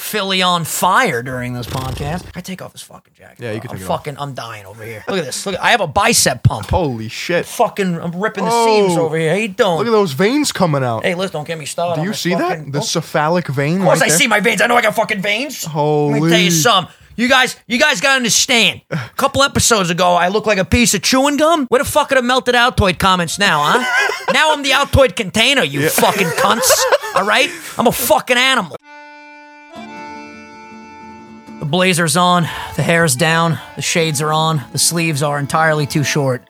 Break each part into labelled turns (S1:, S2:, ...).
S1: Philly on fire during this podcast. I take off this fucking jacket.
S2: Yeah, you
S1: bro.
S2: can
S1: I'm
S2: take it off.
S1: fucking. I'm dying over here. Look at this. Look, at, I have a bicep pump.
S2: Holy shit.
S1: Fucking, I'm ripping the
S2: Oh.
S1: seams over here. How you doing?
S2: Look at those veins coming out.
S1: Hey, listen, don't get me started.
S2: Do
S1: on
S2: you
S1: this
S2: see
S1: fucking-
S2: that? The cephalic vein.
S1: Of course,
S2: right
S1: I
S2: there?
S1: see my veins. I know I got fucking veins. Let me tell
S2: Holy.
S1: you something. You guys, you guys gotta understand. A couple episodes ago, I looked like a piece of chewing gum. Where the fuck are the melted Altoid comments now, huh? now I'm the Altoid container, you fucking cunts. All right, I'm a fucking animal. The blazer's on, the hair's down, the shades are on, the sleeves are entirely too short.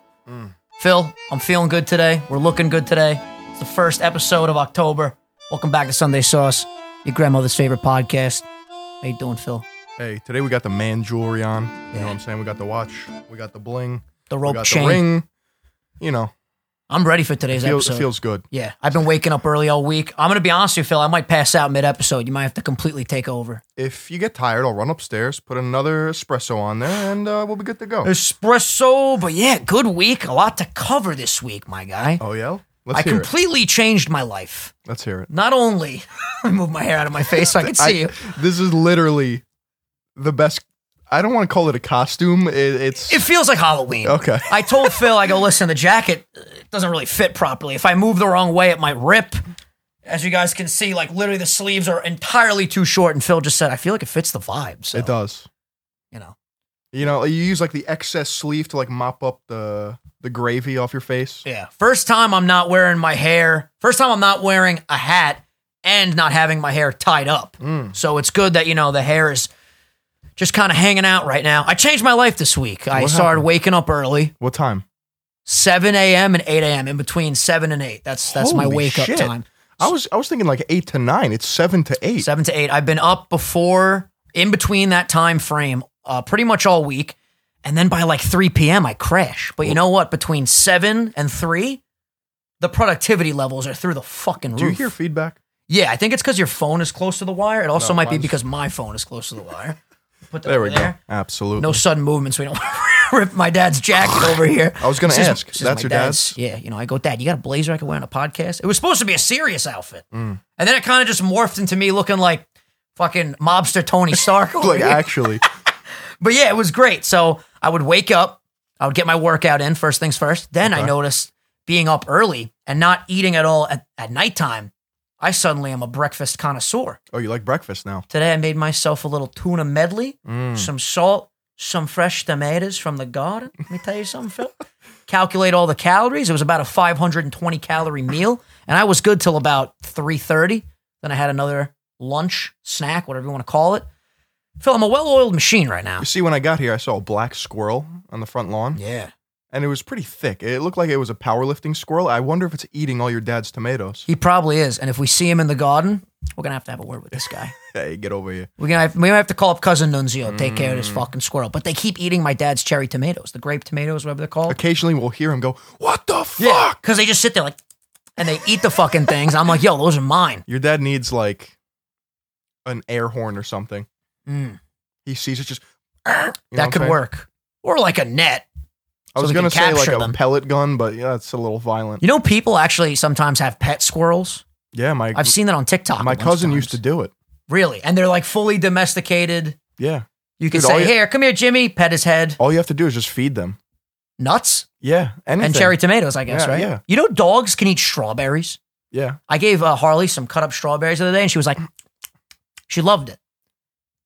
S1: Phil, I'm feeling good today. We're looking good today. It's the first episode of October. Welcome back to Sunday Sauce, your grandmother's favorite podcast. How you doing, Phil?
S2: Hey, today we got the man jewelry on. You know
S1: Yeah.
S2: what I'm saying? We got the watch. We got the bling.
S1: The
S2: We
S1: rope
S2: got
S1: chain.
S2: the ring. You know,
S1: I'm ready for today's
S2: feels,
S1: episode.
S2: feels good.
S1: yeah, I've been waking up early all week. I'm gonna be honest with you, Phil. I might pass out mid-episode. You might have to completely take over.
S2: If you get tired, I'll run upstairs, put another espresso on there, and uh, we'll be good to go.
S1: Espresso, but yeah, good week. A lot to cover this week, my guy.
S2: Oh yeah, let's
S1: I
S2: hear it.
S1: completely changed my life.
S2: Let's hear it.
S1: Not only I moved my hair out of my face so I could see
S2: I-
S1: you.
S2: This is literally the best. I don't want to call it a costume. It, it's
S1: It feels like Halloween.
S2: okay.
S1: I told Phil, I go, listen, the jacket uh, doesn't really fit properly. If I move the wrong way, it might rip. As you guys can see, like literally the sleeves are entirely too short. And Phil just said, I feel like it fits the vibe. So,
S2: It does.
S1: you know,
S2: You know, you use like the excess sleeve to like mop up the the gravy off your face.
S1: yeah. First time I'm not wearing my hair, first time I'm not wearing a hat and not having my hair tied up.
S2: Mm.
S1: So it's good that, you know, the hair is just kind of hanging out right now. I changed my life this week. I
S2: What
S1: started
S2: happened?
S1: waking up early.
S2: What time?
S1: 7 a.m. and 8 a.m. in between 7 and 8. That's that's my
S2: Holy
S1: wake
S2: shit.
S1: up time.
S2: I was I was thinking like eight to nine. It's seven to eight.
S1: seven to eight. I've been up before, in between that time frame, uh, pretty much all week. And then by like 3 p.m., I crash. But you know what? Between seven and three, the productivity levels are through the fucking roof.
S2: Do you hear feedback?
S1: Yeah, I think it's because your phone is close to the wire. It also
S2: No,
S1: might be
S2: mine's-
S1: because my phone is close to the wire. Put that
S2: There
S1: over
S2: we go. Absolutely.
S1: No sudden movements. We don't rip my dad's jacket over here.
S2: I was gonna
S1: This is-
S2: ask,
S1: this is
S2: that's
S1: my
S2: your dad's?
S1: Yeah, you know, I go, Dad, you got a blazer I can wear on a podcast? It was supposed to be a serious outfit,
S2: Mm.
S1: and then it kind of just morphed into me looking like fucking mobster Tony Stark. over
S2: like
S1: here.
S2: actually,
S1: But yeah, it was great. So I would wake up, I would get my workout in first things first. Then I noticed being up early and not eating at all at, at nighttime. I suddenly am a breakfast connoisseur.
S2: oh, you like breakfast now?
S1: Today I made myself a little tuna medley, some salt, some fresh tomatoes from the garden. Let me tell you something, Phil. Calculate all the calories. It was about a 520 calorie meal, and I was good till about 3:30. Then I had another lunch, snack, whatever you want to call it. Phil, I'm a well-oiled machine right now.
S2: You see, when I got here, I saw a black squirrel on the front lawn,
S1: Yeah.
S2: and it was pretty thick. It looked like it was a powerlifting squirrel. I wonder if it's eating all your dad's tomatoes.
S1: He probably is, and if we see him in the garden, we're gonna have to have a word with this guy.
S2: Hey, get over here.
S1: We're gonna have, we might have to call up cousin Nunzio, take care of this fucking squirrel. But they keep eating my dad's cherry tomatoes, the grape tomatoes, whatever they're called.
S2: Occasionally, we'll hear him go, "What the fuck?"
S1: Because they just sit there like, and they eat the fucking things. I'm like, yo, those are mine.
S2: Your dad needs like an air horn or something.
S1: Mm.
S2: He sees it just. you know what I'm
S1: that could
S2: saying?
S1: work. Or like a net.
S2: I
S1: so
S2: was
S1: we
S2: gonna
S1: can
S2: say like
S1: capture
S2: a
S1: them.
S2: pellet gun, but yeah, that's a little violent.
S1: You know, people actually sometimes have pet squirrels.
S2: Yeah, my
S1: I've seen that on TikTok.
S2: my
S1: a bunch
S2: cousin
S1: of
S2: used to
S1: times.
S2: do it.
S1: Really? And they're like fully domesticated.
S2: Yeah,
S1: You can
S2: Dude, all
S1: say,
S2: you-
S1: here, come here, Jimmy, pet his head.
S2: all you have to do is just feed them.
S1: Nuts
S2: Yeah, anything.
S1: and cherry tomatoes, I guess,
S2: Yeah,
S1: right?
S2: yeah.
S1: You know, dogs can eat strawberries.
S2: Yeah,
S1: I gave uh, Harley some cut up strawberries the other day, and she was like, she loved it.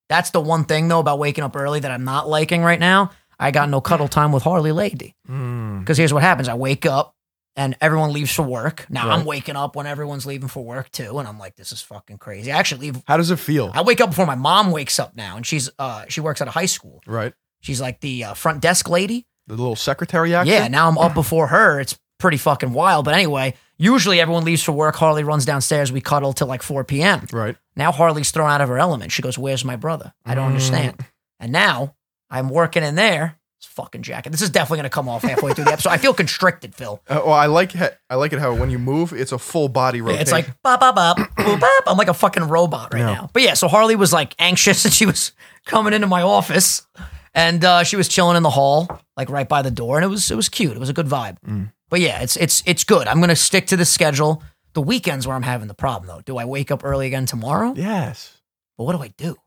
S1: That's the one thing though about waking up early that I'm not liking right now. I got no cuddle time with Harley Lady
S2: Mm.
S1: because here's what happens: I wake up and everyone leaves for work. Now I'm
S2: Right.
S1: waking up when everyone's leaving for work too, and I'm like, this is fucking crazy. I actually leave.
S2: How does it feel?
S1: I wake up before my mom wakes up now, and she's uh she works at a high school.
S2: right.
S1: She's like the uh, front desk lady,
S2: The little secretary action?
S1: yeah, now I'm up before her. It's pretty fucking wild. But anyway, usually everyone leaves for work. Harley runs downstairs. We cuddle till like 4 p.m.
S2: Right.
S1: Now Harley's thrown out of her element. She goes, Where's my brother? I don't understand. And now I'm working in there. It's fucking jacket. This is definitely going to come off halfway through the episode. I feel constricted, Phil.
S2: Uh, well, I like ha- I like it how when you move, it's a full body rotation.
S1: It's like bop bop bop boop bop. I'm like a fucking robot right
S2: Yeah.
S1: now. But yeah, so Harley was like anxious and she was coming into my office and uh, she was chilling in the hall, like right by the door, and it was it was cute. It was a good vibe. But yeah, it's it's it's good. I'm gonna stick to the schedule. The weekends where I'm having the problem though. Do I wake up early again tomorrow?
S2: yes.
S1: But what do I do?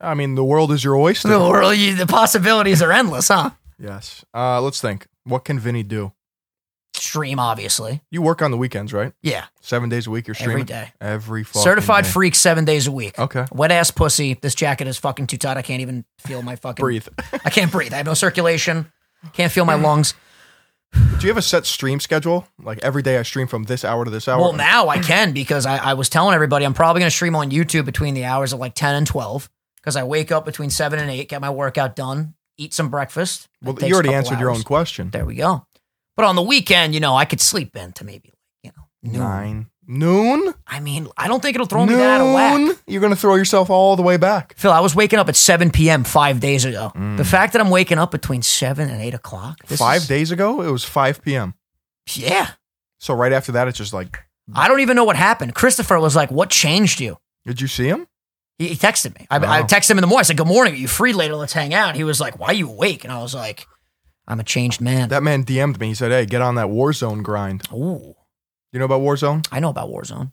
S2: I mean, the world is your oyster.
S1: The world, you- the possibilities are endless, huh?
S2: Yes. Uh, let's think. What can Vinny do?
S1: Stream, obviously.
S2: You work on the weekends, right?
S1: Yeah,
S2: Seven days a week, you're streaming
S1: every day.
S2: Every fucking
S1: Certified
S2: day.
S1: freak, seven days a week.
S2: Okay.
S1: Wet ass pussy. This jacket is fucking too tight. I can't even feel my fucking.
S2: Breathe.
S1: I can't breathe. I have no circulation. Can't feel my lungs.
S2: Do you have a set stream schedule? Like every day I stream from this hour to this hour?
S1: Well, now I can because I, I was telling everybody I'm probably going to stream on YouTube between the hours of like 10 and 12 because I wake up between 7 and 8, get my workout done, eat some breakfast. That
S2: Well,
S1: takes
S2: you already
S1: a couple
S2: answered your
S1: hours.
S2: own question.
S1: There we go. But on the weekend, you know, I could sleep in to maybe, you know, noon.
S2: Nine. Noon?
S1: I mean, I don't think it'll throw me that out of whack.
S2: Noon? You're going to throw yourself all the way back.
S1: Phil, I was waking up at 7 p.m. five days ago. The fact that I'm waking up between 7 and 8 o'clock. this
S2: Mm. five
S1: is-
S2: days ago, it was 5 p.m.
S1: Yeah.
S2: So right after that, it's just like,
S1: I don't even know what happened. Christopher was like, What changed you?
S2: did you see him?
S1: He, he texted me. I, I
S2: Wow.
S1: texted him in the morning. I said, "Good morning. Are you free later? Let's hang out." He was like, "Why are you awake?" And I was like, "I'm a changed man."
S2: That man DM'd me. He said, hey, get on that Warzone grind.
S1: Ooh,
S2: You know about Warzone?
S1: I know about Warzone.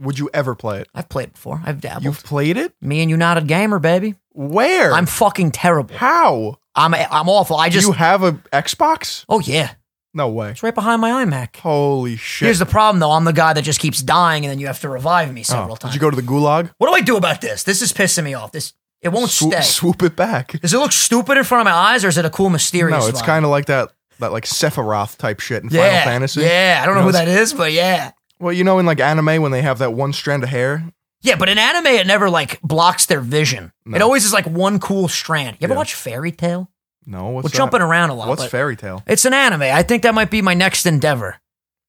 S2: Would you ever play it?
S1: I've played before. I've dabbled.
S2: You've played it?
S1: me and you not a gamer, baby.
S2: Where?
S1: I'm fucking terrible.
S2: How?
S1: I'm I'm awful. I just
S2: you have a Xbox?
S1: oh yeah,
S2: No way.
S1: it's right behind my iMac.
S2: Holy shit.
S1: Here's the problem though. I'm the guy that just keeps dying, and then you have to revive me
S2: Oh,
S1: several
S2: Did
S1: times.
S2: you go to the gulag?
S1: what do I do about this? This is pissing me off. This it won't
S2: Swoop,
S1: stay.
S2: swoop it back.
S1: Does it look stupid in front of my eyes, or is it a cool mysterious?
S2: No, it's
S1: vibe?
S2: kind of like that that like Sephiroth type shit in
S1: yeah,
S2: Final Fantasy.
S1: Yeah, I don't
S2: You
S1: know who
S2: know,
S1: that is, but yeah.
S2: Well, you know in like anime when they have that one strand of hair?
S1: Yeah, but in anime, it never like blocks their vision.
S2: No.
S1: It always is like one cool strand. You ever
S2: Yeah.
S1: watch Fairy Tale?
S2: No, what's
S1: We're
S2: that?
S1: jumping around a lot.
S2: What's
S1: but
S2: fairy tale?
S1: it's an anime. I think that might be my next endeavor.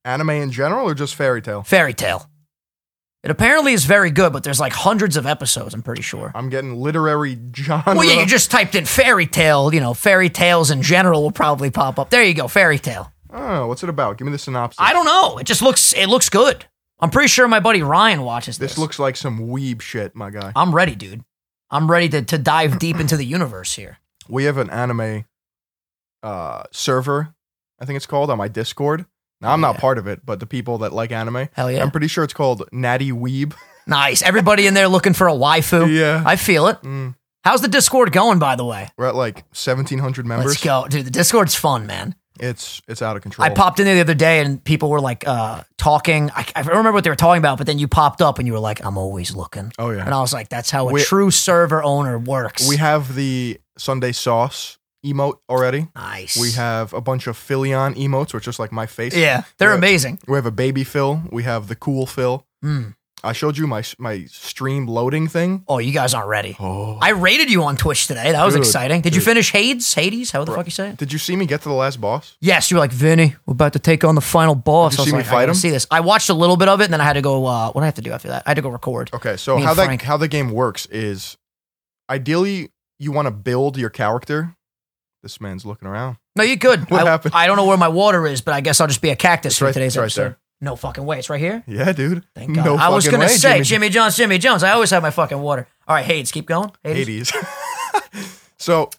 S2: Anime in general or just fairy tale?
S1: Fairy Tale. It apparently is very good, but there's like hundreds of episodes. I'm pretty sure.
S2: I'm getting literary genre.
S1: Well, yeah, you just typed in fairy tale. You know, fairy tales in general will probably pop up. There you go, fairy tale.
S2: oh, what's it about? Give me the synopsis.
S1: I don't know. It just looks. It looks good. I'm pretty sure my buddy Ryan watches this.
S2: This looks like some weeb shit, my guy.
S1: I'm ready, dude. I'm ready to, to dive deep into the universe here.
S2: we have an anime uh, server, I think it's called, on my Discord. Now, I'm not
S1: Yeah.
S2: part of it, but the people that like anime,
S1: Hell yeah.
S2: I'm pretty sure it's called Natty Weeb.
S1: Nice. Everybody in there looking for a waifu.
S2: yeah.
S1: I feel it.
S2: Mm.
S1: How's the Discord going, by the way?
S2: We're at like 1,700 members.
S1: Let's go. Dude, the Discord's fun, man.
S2: It's it's out of control.
S1: I popped in there the other day and people were like uh, talking. I, I don't remember what they were talking about, but then you popped up and you were like, I'm always looking.
S2: oh, yeah.
S1: And I was like, that's how a
S2: We-
S1: true server owner works.
S2: We have the Sunday Sauce emote already.
S1: nice.
S2: We have a bunch of Philion emotes, which is like my face.
S1: Yeah, they're
S2: Yeah.
S1: amazing.
S2: We have a baby Phil. We have the cool Phil.
S1: Mm.
S2: I showed you my my stream loading thing.
S1: Oh, you guys aren't ready.
S2: Oh.
S1: I rated you on Twitch today. That was
S2: Dude,
S1: exciting. Did you
S2: dude.
S1: finish Hades? Hades? How the fuck you say it?
S2: Did you see me get to the last boss?
S1: Yes, you were like Vinny. We're about to take on the final boss.
S2: Did you
S1: I was
S2: see me
S1: like, I
S2: fight
S1: gotta
S2: him?
S1: See this? I watched a little bit of it, and then I had to go. Uh, what did I have to do after that? I had to go record.
S2: Okay, so
S1: Me and
S2: how that
S1: Frank.
S2: how the game works is ideally you want to build your character. This man's looking around.
S1: No, you're good.
S2: What
S1: I,
S2: happened?
S1: I don't know where my water is, but I guess I'll just be a cactus
S2: It's
S1: for
S2: right-
S1: today's
S2: it's right
S1: episode.
S2: there.
S1: No fucking way. It's right here.
S2: Yeah, dude.
S1: Thank God.
S2: No
S1: I was
S2: fucking
S1: gonna
S2: way,
S1: say Jimmy.
S2: Jimmy.
S1: Jones, Jimmy Jones. I always have my fucking water. All right, Hades, keep going. Hades.
S2: Hades. so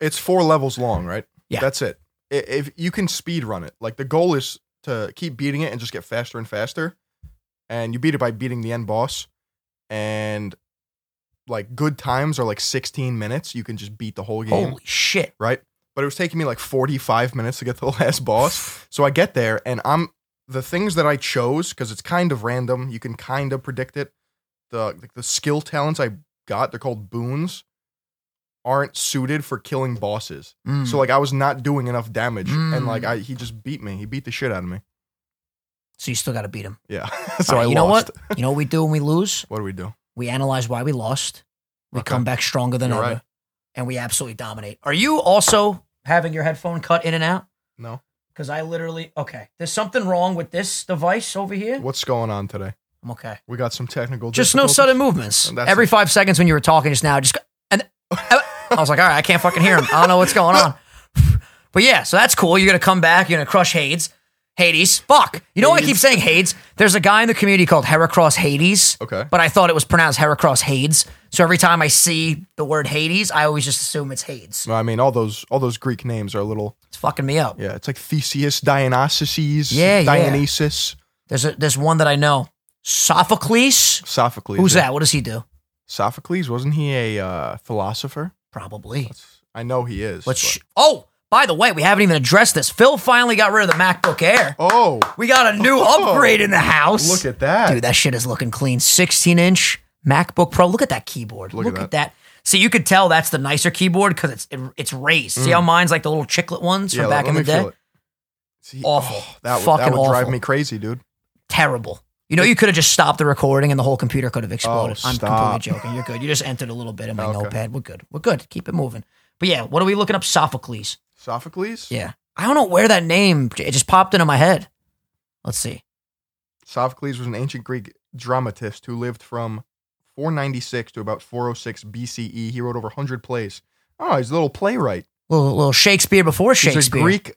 S2: it's four levels long, right?
S1: Yeah.
S2: That's it. I- If you can speed run it, like the goal is to keep beating it and just get faster and faster, and you beat it by beating the end boss, and like good times are like 16 minutes. You can just beat the whole game,
S1: Holy shit!
S2: right? But it was taking me like 45 minutes to get to the last boss. So I get there, and I'm the things that I chose because it's kind of random. You can kind of predict it. The like, the skill talents I got, they're called boons, aren't suited for killing bosses.
S1: Mm.
S2: So
S1: So,
S2: like I was not doing enough damage, and like
S1: Mm.
S2: I he just beat me. He beat the shit out of me.
S1: you still got to beat him.
S2: Yeah. so
S1: All right,
S2: I
S1: you know
S2: lost.
S1: what? You know what we do when we lose?
S2: What do we do?
S1: We analyze why we lost. We
S2: Okay.
S1: come back stronger than
S2: You're
S1: ever,
S2: right.
S1: and we absolutely dominate. Are you also having your headphone cut in and out?
S2: No.
S1: Because I literally okay. There's something wrong with this device over here.
S2: What's going on today?
S1: I'm okay.
S2: We got some technical.
S1: Just no
S2: difficulties.
S1: sudden movements.
S2: That's
S1: Every five seconds when you were talking just now, just go- and I was like, all right, I can't fucking hear him. I don't know what's going on. But yeah, so that's cool. You're gonna come back. You're gonna crush Hades. Hades. Fuck. You know why I keep
S2: Hades.
S1: saying Hades? There's a guy in the community called Heracross Hades.
S2: Okay.
S1: But I thought it was pronounced Heracross Hades. So every time I see the word Hades, I always just assume it's Hades.
S2: No, I mean all those all those Greek names are a little.
S1: It's fucking me up.
S2: Yeah, it's like Theseus, Dionysus,
S1: Yeah, yeah.
S2: Dionysus,
S1: There's a, there's one that I know. Sophocles.
S2: Sophocles.
S1: Who's
S2: yeah.
S1: that? What does he do?
S2: Sophocles wasn't he a uh, philosopher?
S1: Probably.
S2: That's, I know he is.
S1: Let's.
S2: but-
S1: Sh- oh, by the way, we haven't even addressed this. Phil finally got rid of the MacBook Air.
S2: oh,
S1: We got a new
S2: Oh.
S1: upgrade in the house.
S2: look at that!
S1: Dude, that shit is looking clean. 16 inch MacBook Pro. Look at that keyboard. Look,
S2: at
S1: at, that. See, you could tell that's the nicer keyboard because it's it, it's raised. See how mine's like the little chiclet ones
S2: Mm. Yeah,
S1: from back
S2: let
S1: in
S2: me
S1: the day?
S2: feel it. See,
S1: Awful.
S2: oh, that would, that
S1: Fucking
S2: would drive
S1: awful.
S2: me crazy, dude.
S1: Terrible. You know, you could have just stopped the recording and the whole computer could have exploded. I'm completely
S2: Oh, stop.
S1: joking. You're good. You just entered a little bit in my
S2: Okay.
S1: notepad. We're good. We're good. Keep it moving. But yeah, what are we looking up? Sophocles.
S2: Sophocles.
S1: Yeah. I don't know where that name, it just popped into my head. Let's see.
S2: Sophocles was an ancient Greek dramatist who lived from 496 to about 406 BCE. E. He wrote over 100 plays. Oh, he's a little playwright.
S1: Little, little Shakespeare before
S2: He's a
S1: Shakespeare.
S2: Greek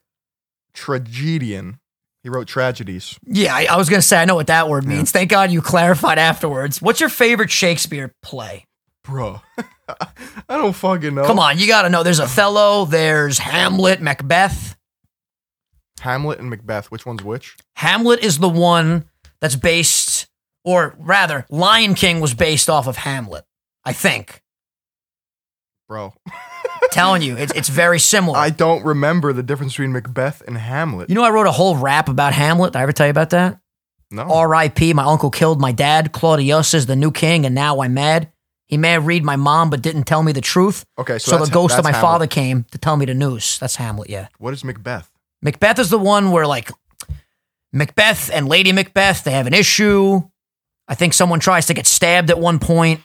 S2: tragedian. He wrote tragedies.
S1: Yeah, I, I was gonna say I know what that word means. Thank God you clarified afterwards. What's your favorite Shakespeare play?
S2: Bro, I don't fucking know.
S1: Come on, you gotta know. There's Othello. There's Hamlet. Macbeth.
S2: Hamlet and Macbeth. Which one's which?
S1: Hamlet is the one that's based, or rather, Lion King was based off of Hamlet. I think.
S2: Bro,
S1: Telling you, it's it's very similar.
S2: I don't remember the difference between Macbeth and Hamlet.
S1: you know, I wrote a whole rap about Hamlet. Did I ever tell you about that?
S2: no.
S1: R.I.P. My uncle killed my dad. Claudius is the new king, and now I'm mad. He married my mom, but didn't tell me the truth.
S2: okay, so,
S1: So,
S2: that's-
S1: the ghost of
S2: that's
S1: my
S2: Hamlet.
S1: father came to tell me the news. That's Hamlet, yeah.
S2: What is Macbeth?
S1: Macbeth is the one where like Macbeth and Lady Macbeth they have an issue. I think someone tries to get stabbed at one point.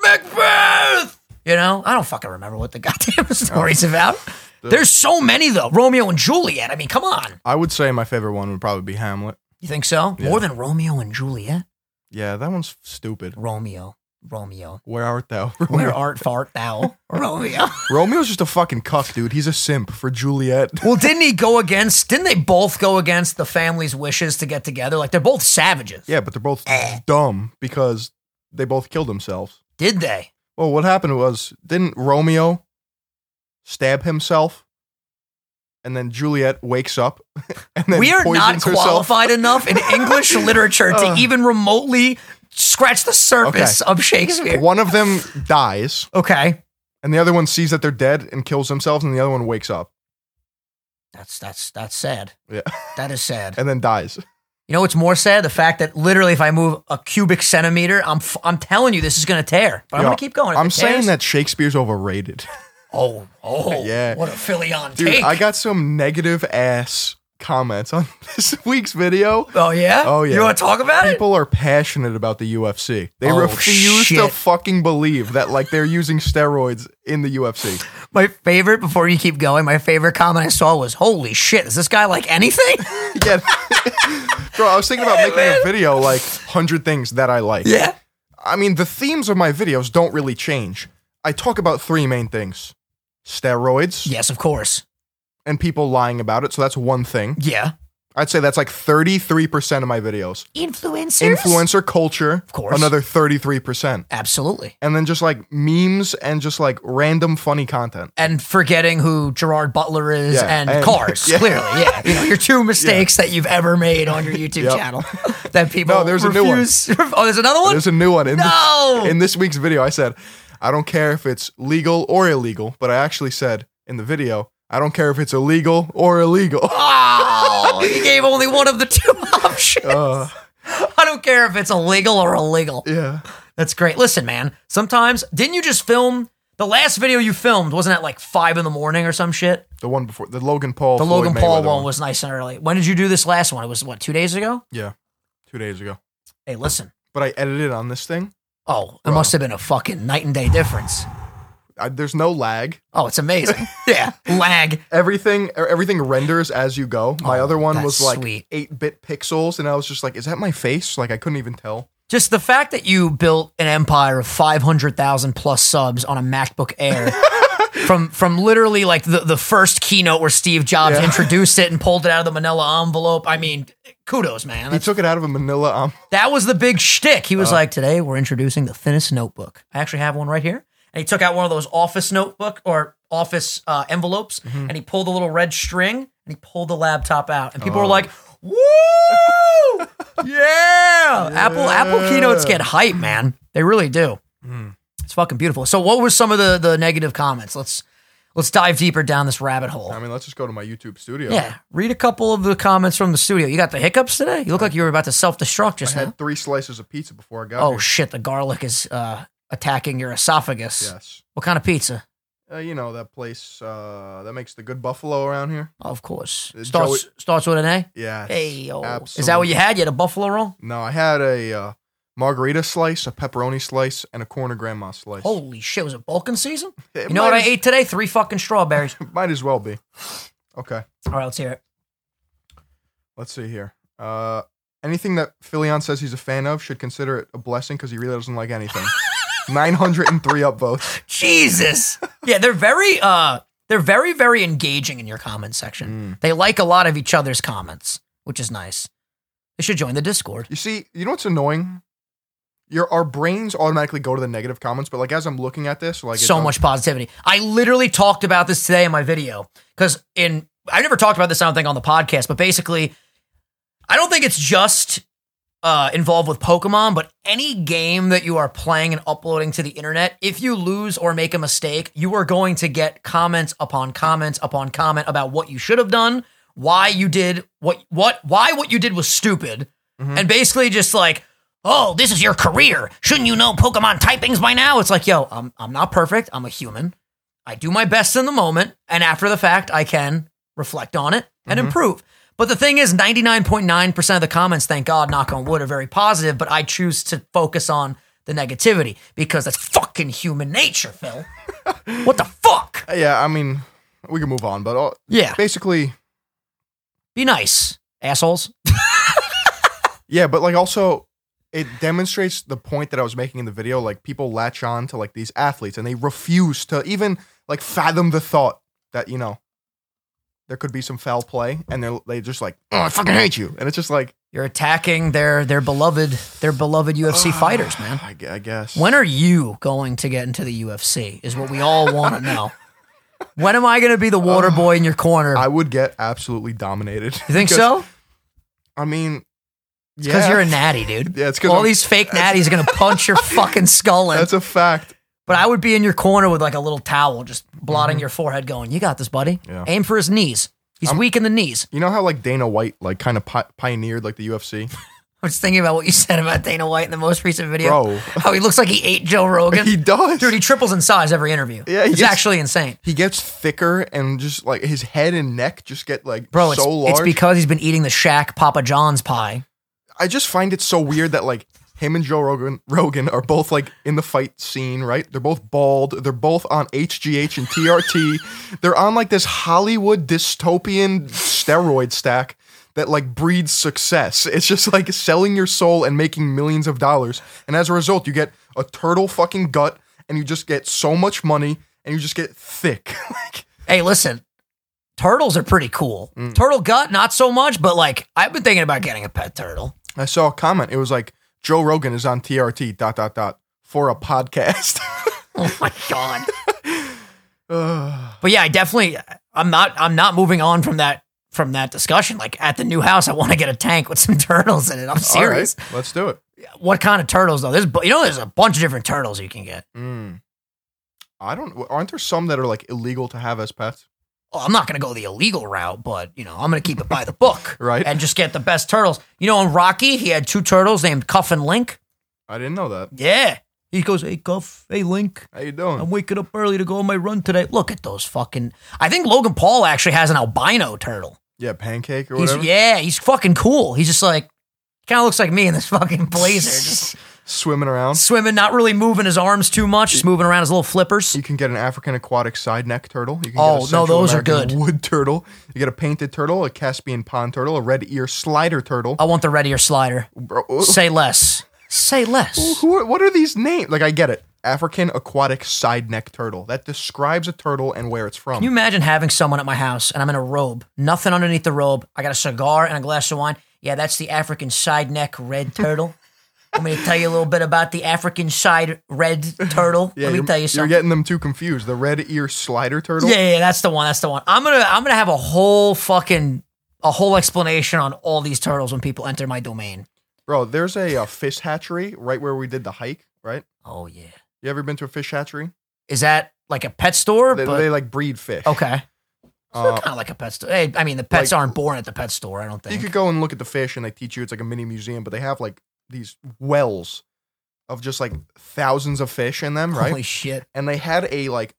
S1: Macbeth, you know, I don't fucking remember what the goddamn story's about. There's so many though. Romeo and Juliet. I mean, come on.
S2: I would say my favorite one would probably be Hamlet.
S1: You think so? More than Romeo and Juliet.
S2: Yeah, that one's stupid.
S1: Romeo, Romeo.
S2: Where art thou?
S1: Where art fart thou, Romeo?
S2: Romeo's just a fucking cuck, dude. He's a simp for Juliet.
S1: Well, didn't he go against? Didn't they both go against the family's wishes to get together? Like they're both savages.
S2: Yeah, but they're both
S1: Eh.
S2: dumb because they both killed themselves.
S1: Did they?
S2: Well, what happened was didn't Romeo stab himself? And then Juliet wakes up and then
S1: we are not
S2: poisons herself. Uh.
S1: qualified enough in English literature to even remotely scratch the surface of Shakespeare.
S2: One of them dies,
S1: Okay,
S2: and the other one sees that they're dead and kills themselves, and the other one wakes up.
S1: that's that's that's sad.
S2: Yeah.
S1: That is sad.
S2: And then dies.
S1: You know what's more sad? The fact that literally, if I move a cubic centimeter, I'm f- I'm telling you, this is gonna tear. But I'm
S2: Yeah.
S1: gonna keep going. If
S2: I'm
S1: it
S2: saying
S1: tears-
S2: that Shakespeare's overrated.
S1: Oh, oh,
S2: Yeah.
S1: What a filion
S2: Dude,
S1: take.
S2: I got some negative ass comments on this week's video.
S1: oh yeah.
S2: Oh, yeah.
S1: You want to talk about it?
S2: People are passionate about the UFC. They
S1: Oh,
S2: refuse to
S1: shit.
S2: fucking believe that like they're using steroids in the UFC.
S1: My favorite. Before you keep going, my favorite comment I saw was, "Holy shit! Is this guy like anything?"
S2: Yeah. Bro, I was thinking about making
S1: man.
S2: a video like 100 things that I like.
S1: yeah.
S2: I mean, the themes of my videos don't really change. I talk about three main things. Steroids
S1: Yes, of course.
S2: and people lying about it, so that's one thing.
S1: Yeah.
S2: I'd say that's like 33% of my videos.
S1: Influencers.
S2: Influencer culture, of
S1: course.
S2: another 33%.
S1: Absolutely.
S2: And then just like memes and just like random funny content.
S1: and forgetting who Gerard Butler is
S2: Yeah,
S1: and,
S2: and-
S1: cars.
S2: yeah.
S1: Clearly, yeah. You know, your two mistakes that you've ever made on your YouTube
S2: Yep.
S1: channel that people
S2: No, there's a new one.
S1: refuse. A new one. oh, there's another one.
S2: There's a new one in,
S1: No!
S2: this, in this week's video. I said, I don't care if it's legal or illegal, but I actually said in the video, I don't care if it's illegal or illegal.
S1: Oh. Wow, you gave only one of the two options.
S2: Uh,
S1: I don't care if it's illegal or illegal.
S2: yeah.
S1: That's great. Listen, man. Sometimes didn't you just film the last video you filmed? Wasn't at like five in the morning or some shit?
S2: The one before the Logan Paul.
S1: The
S2: Floyd
S1: Logan Paul
S2: Mayweather
S1: one was nice and early. When did you do this last one? It was what two days ago.
S2: Yeah. Two days ago.
S1: Hey, listen.
S2: But I edited on this thing.
S1: Oh, it must have been a fucking night and day difference.
S2: I, there's no lag.
S1: Oh, it's amazing. Yeah. Lag.
S2: Everything er, everything renders as you go. My
S1: Oh,
S2: other one
S1: that's
S2: was like
S1: sweet.
S2: 8 bit pixels, and I was just like, is that my face? Like, I couldn't even tell.
S1: Just the fact that you built an empire of 500,000 plus subs on a MacBook Air from from literally like the, the first keynote where Steve Jobs
S2: Yeah.
S1: introduced it and pulled it out of the manila envelope. I mean, kudos, man.
S2: He
S1: That's-
S2: took it out of a manila. Um,
S1: that was the big shtick. He was like, today we're introducing the thinnest notebook. I actually have one right here. And he took out one of those office notebook or office uh, envelopes and he pulled the little red string and he pulled the laptop out. And people were like, woo! yeah! Apple Apple keynotes get hype, man. They really do. It's fucking beautiful. So, what were some of the the negative comments? Let's let's dive deeper down this rabbit hole.
S2: I mean, let's just go to my YouTube studio.
S1: Yeah, read a couple of the comments from the studio. You got the hiccups today. You look like you were about to self destruct
S2: I
S1: just now.
S2: had three slices of pizza before I got
S1: Oh
S2: here.
S1: shit! The garlic is uh, attacking your esophagus.
S2: yes.
S1: What kind of pizza?
S2: Uh, you know that place uh, that makes the good buffalo around here.
S1: Oh, of course.
S2: Uh,
S1: Starts starts with an A.
S2: Yeah. it's-
S1: Hey yo, is that what you had? You had a buffalo roll.
S2: No, I had a uh, margarita slice, a pepperoni slice, and a corner grandma slice.
S1: Holy shit! Was it bulking season?
S2: It
S1: You know what I
S2: might
S1: ate today? Three fucking strawberries.
S2: as- Might as well be. Okay,
S1: All right, let's hear it.
S2: let's see here. Uh, anything that Filion says he's a fan of should consider it a blessing because he really doesn't like anything. 903 upvotes.
S1: Jesus. Yeah, they're very uh they're very very engaging in your comment
S2: Mm.
S1: section. They like a lot of each other's comments, which is nice. They should join the Discord.
S2: You see, you know what's annoying? Your our brains automatically go to the negative comments, but like as I'm looking at this, like it
S1: so
S2: does-
S1: much positivity. I literally talked about this today in my video because in I never talked about this I don't think on the podcast, but basically, I don't think it's just uh, involved with Pokemon, but any game that you are playing and uploading to the internet, if you lose or make a mistake, you are going to get comments upon comments upon comment about what you should have done, why you did what what why what you did was stupid, and basically just like. Oh, this is your career. Shouldn't you know Pokemon typings by now? It's like, yo, I'm I'm not perfect. I'm a human. I do my best in the moment, and after the fact, I can reflect on it and
S2: Mm-hmm.
S1: improve. But the thing is, 99.9% of the comments, thank God, knock on wood, are very positive, but I choose to focus on the negativity because that's fucking human nature, Phil. what the fuck?
S2: Uh, Yeah, I mean, we can move on, but all,
S1: Yeah.
S2: basically,
S1: Be nice, assholes.
S2: Yeah, but like also it demonstrates the point that I was making in the video. Like people latch on to like these athletes and they refuse to even like fathom the thought that, you know, there could be some foul play and they're they just like, Oh, I fucking hate you. And it's just like
S1: You're attacking their their beloved their beloved UFC fighters, man.
S2: "Ah, I, gu- I guess.
S1: When are you going to get into the UFC? Is what we all want to know. When am I going to be the water boy in your corner?
S2: Uh, I would get absolutely dominated.
S1: you think
S2: Because,
S1: so?
S2: I mean
S1: Because
S2: yeah,
S1: you're a natty, dude.
S2: Yeah, it's 'cause
S1: all
S2: I'm-
S1: these fake natties are going to punch your fucking skull in.
S2: that's a fact.
S1: But I would be in your corner with like a little towel, just blotting your forehead, going, "You got this, buddy.
S2: Mm-hmm. Yeah.
S1: Aim for his knees. He's weak in the knees."
S2: You know how like Dana White like kind of pi- pioneered like the UFC?
S1: I was thinking about what you said about Dana White in the most recent video.
S2: Bro.
S1: how he looks like he ate Joe Rogan.
S2: he does.
S1: Dude, he triples in size every interview.
S2: Yeah, he
S1: it's
S2: gets-
S1: actually insane.
S2: he gets thicker and just like his head and neck just get like
S1: Bro, it's,
S2: so large.
S1: it's because he's been eating the Shack Papa John's pie.
S2: I just find it so weird that like him and Joe Rogan Rogan are both like in the fight scene, right? They're both bald. They're both on HGH and TRT. They're on like this Hollywood dystopian steroid stack that like breeds success. It's just like selling your soul and making millions of dollars. And as a result, you get a turtle fucking gut and you just get so much money and you just get thick. like
S1: Hey, listen, turtles are pretty cool.
S2: Mm.
S1: Turtle gut, not so much, but like I've been thinking about getting a pet turtle.
S2: I saw a comment. It was like Joe Rogan is on TRT dot dot dot for a podcast.
S1: Oh my god. but yeah, I definitely I'm not I'm not moving on from that from that discussion. Like at the new house, I want to get a tank with some turtles in it. I'm
S2: All right,
S1: serious.
S2: let's do it.
S1: What kind of turtles though? There's bu- you know there's a bunch of different turtles you can get.
S2: Mm. I don't. Aren't there some that are like illegal to have as pets?
S1: Well, I'm not going to go the illegal route, but you know, I'm going to keep it by the book.
S2: Right.
S1: And just get the best turtles. You know, in Rocky, he had two turtles named Cuff and Link.
S2: I didn't know that.
S1: Yeah. He goes, "Hey Cuff, hey Link,
S2: How you doing?
S1: I'm waking up early to go on my run today. Look at those fucking. I think Logan Paul actually has an albino turtle.
S2: yeah, pancake or
S1: He's,
S2: whatever.
S1: yeah, he's fucking cool. He's just like, kind of looks like me in this fucking blazer, just
S2: Swimming around.
S1: swimming, not really moving his arms too much, just moving around his little flippers.
S2: You can get an African aquatic side neck turtle. You can
S1: Oh,
S2: get a
S1: no,
S2: Central
S1: those are good.
S2: American Wood turtle. You get a painted turtle, a Caspian pond turtle, a red ear slider turtle.
S1: I want the red ear slider.
S2: Bro, who-
S1: Say less. Say less.
S2: who? are- What are these names? Like, I get it. African aquatic side neck turtle. That describes a turtle and where it's from.
S1: Can you imagine having someone at my house and I'm in a robe, nothing underneath the robe. I got a cigar and a glass of wine. Yeah, that's the African side neck red turtle. Let me to tell you a little bit about the African side red turtle.
S2: yeah,
S1: Let me
S2: you're-
S1: tell you
S2: You're
S1: something.
S2: getting them too confused. The red ear slider turtle.
S1: Yeah, yeah, yeah, that's the one. That's the one. I'm gonna I'm gonna have a whole fucking a whole explanation on all these turtles when people enter my domain.
S2: Bro, there's a, uh fish hatchery right where we did the hike, right?
S1: Oh yeah.
S2: You ever been to a fish hatchery?
S1: Is that like a pet store?
S2: They,
S1: but,
S2: they like breed fish.
S1: okay. So
S2: Uh,
S1: kind of like a pet store. Hey, I mean, the pets
S2: like-
S1: aren't born at the pet store, I don't
S2: you
S1: think.
S2: could go and look at the fish and they teach you it's like a mini museum, but they have like these wells of just like thousands of fish in them, right?
S1: Holy shit.
S2: and they had a like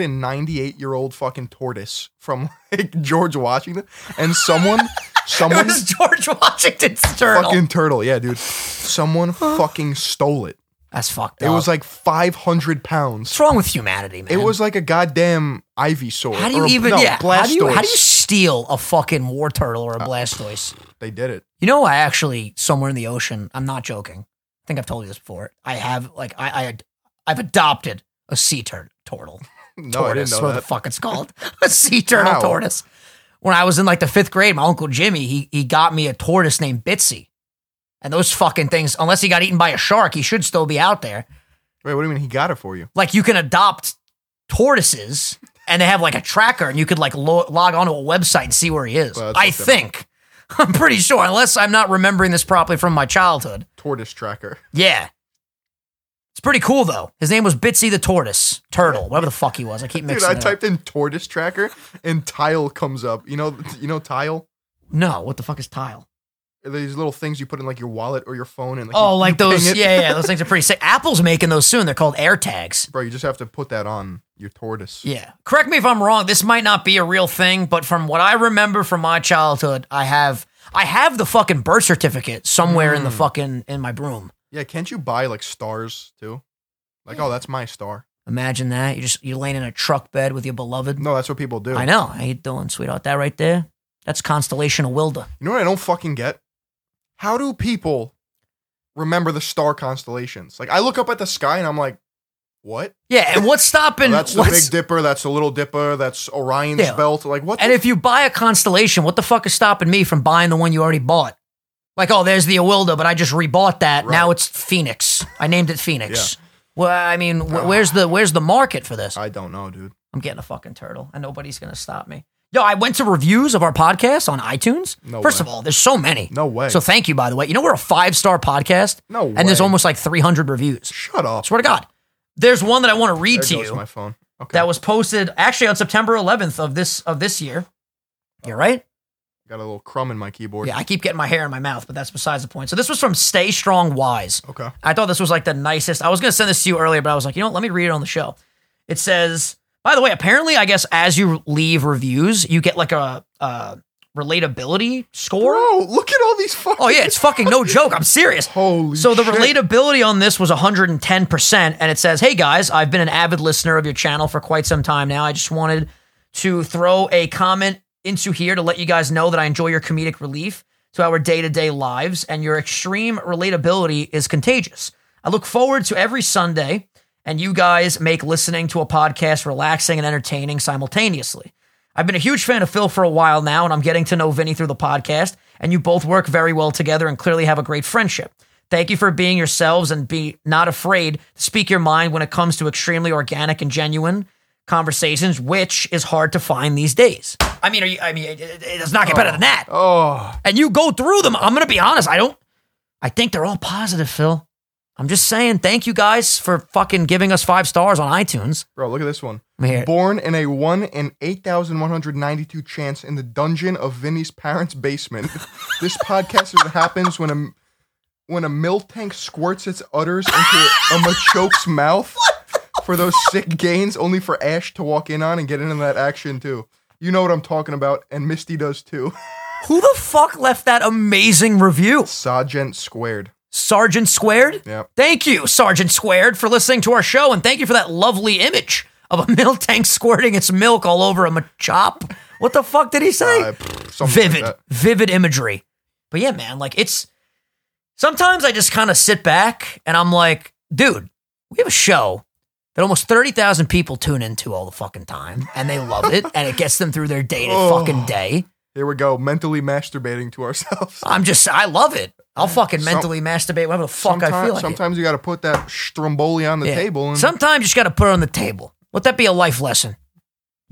S2: 198 year old fucking tortoise from like George Washington, and someone,
S1: It
S2: someone,
S1: was George Washington's turtle.
S2: fucking turtle, yeah, dude, someone fucking stole it.
S1: That's fucked
S2: It
S1: up.
S2: was like 500
S1: What's
S2: pounds.
S1: wrong with humanity, man?
S2: It was like a goddamn Ivysaur.
S1: How do you
S2: or,
S1: even?
S2: no,
S1: yeah. How do you? How do you
S2: Blastoise. Uh,
S1: steal a fucking war turtle or a blastoise?
S2: They did it.
S1: You know, I actually somewhere in the ocean. I'm not joking. I think I've told you this before. I have like I, I ad- I've adopted a sea tur- turtle.
S2: No, I
S1: Tortoise,
S2: didn't know
S1: what the
S2: that.
S1: fuck it's called? a sea turtle
S2: Wow.
S1: tortoise. When I was in like the fifth grade, my uncle Jimmy he he got me a tortoise named Bitsy, and those fucking things. Unless he got eaten by a shark, he should still be out there.
S2: Wait, what do you mean he got it for you?
S1: like you can adopt tortoises and they have like a tracker and you could like lo- log onto a website and see where he is.
S2: Well, that's
S1: I
S2: fucked up.
S1: think. I'm pretty sure, unless I'm not remembering this properly from my childhood.
S2: Tortoise tracker.
S1: Yeah. It's pretty cool though. His name was Bitsy the Tortoise. Turtle, whatever the fuck he was. I keep
S2: Dude,
S1: mixing
S2: I
S1: it up.
S2: typed in tortoise tracker and tile comes up. You know, you know tile.
S1: No, what the fuck is tile?
S2: These little things you put in like your wallet or your phone and like,
S1: Oh,
S2: you-
S1: like
S2: you ping
S1: those
S2: it.
S1: yeah, yeah, those things are pretty sick. Apple's making those soon. They're called air tags.
S2: Bro, you just have to put that on your tortoise.
S1: Yeah. Correct me if I'm wrong. This might not be a real thing, but from what I remember from my childhood, I have I have the fucking birth certificate somewhere in the
S2: Hmm.
S1: fucking in my room.
S2: Yeah, can't you buy like stars too? Like, oh, that's my star.
S1: Imagine that. You just you're laying in a truck bed with your beloved.
S2: No, that's what people do.
S1: I know. How you doing, sweetheart? That right there? That's Constellation of Wilda.
S2: You know what I don't fucking get? How do people remember the star constellations? Like, I look up at the sky and I'm like, what?
S1: Yeah, and what's
S2: Oh,
S1: stopping
S2: that's the
S1: what's
S2: Big Dipper. That's the Little Dipper. That's Orion's
S1: Yeah.
S2: belt. Like, what?
S1: and
S2: the-
S1: if you buy a constellation, what the fuck is stopping me from buying the one you already bought? Like, oh, there's the Awilda, but I just rebought that. Now
S2: Right.
S1: it's Phoenix. I named it Phoenix. Well, I mean, wh- where's the where's the market for this?
S2: I don't know, dude.
S1: I'm getting a fucking turtle, and nobody's gonna stop me. Yo, I went to reviews of our podcast on iTunes.
S2: No
S1: First
S2: way.
S1: of all, there's so many.
S2: No way.
S1: So thank you, by the way. You know we're a five star podcast.
S2: No
S1: And there's
S2: way.
S1: almost like 300 reviews.
S2: Shut up.
S1: Swear to God. There's one that I want to read
S2: There
S1: to
S2: goes
S1: you
S2: my phone. Okay,
S1: that was posted actually on September 11th of this of this year. You're right.
S2: got a little crumb in my keyboard.
S1: Yeah, I keep getting my hair in my mouth, but that's besides the point. So this was from Stay Strong Wise.
S2: Okay.
S1: I thought this was like the nicest. I was going to send this to you earlier, but I was like, you know what? Let me read it on the show. It says, by the way, apparently, I guess as you leave reviews, you get like a, uh relatability score.
S2: Bro, look at all these fucking.
S1: Oh, yeah, it's fucking no joke. I'm serious.
S2: Holy.
S1: So the
S2: shit.
S1: relatability on this was 110%. And it says, Hey guys, I've been an avid listener of your channel for quite some time now. I just wanted to throw a comment into here to let you guys know that I enjoy your comedic relief to our day to day lives, and your extreme relatability is contagious. I look forward to every Sunday, and you guys make listening to a podcast relaxing and entertaining simultaneously. I've been a huge fan of Phil for a while now, and I'm getting to know Vinny through the podcast, and you both work very well together and clearly have a great friendship. Thank you for being yourselves and be not afraid to speak your mind when it comes to extremely organic and genuine conversations, which is hard to find these days. I mean, are you, I mean, it, it, it does not get better than that.
S2: Oh,
S1: And you go through them. I'm gonna be honest. I don't. I think they're all positive, Phil. I'm just saying. Thank you guys for fucking giving us five stars on iTunes.
S2: bro, look at this one.
S1: I'm here.
S2: Born in a 1 in 8,192 chance in the dungeon of Vinny's parents' basement. this podcast is what happens when a when a milk tank squirts its udders into a machoke's mouth for those sick gains, only for Ash to walk in on and get into that action too. You know what I'm talking about, and Misty does too.
S1: Who the fuck left that amazing review?
S2: Sergeant squared.
S1: Sergeant Squared?
S2: Yep.
S1: Thank you, Sergeant Squared, for listening to our show, and thank you for that lovely image of a milk tank squirting its milk all over a ma- chop. What the fuck did he say?
S2: Uh, pff, something like
S1: vivid,
S2: that.
S1: vivid imagery. But yeah, man, like it's sometimes I just kind of sit back and I'm like, dude, we have a show that almost 30,000 people tune into all the fucking time and they love it and it gets them through their day to
S2: Oh.
S1: fucking day.
S2: Here we go, mentally masturbating to ourselves.
S1: I'm just, I love it. I'll fucking mentally masturbate whatever the fuck
S2: sometimes,
S1: I feel like. it.
S2: sometimes you got to put that stromboli on the
S1: Yeah.
S2: table and
S1: Sometimes you just got to put it on the table. Let that be a life lesson.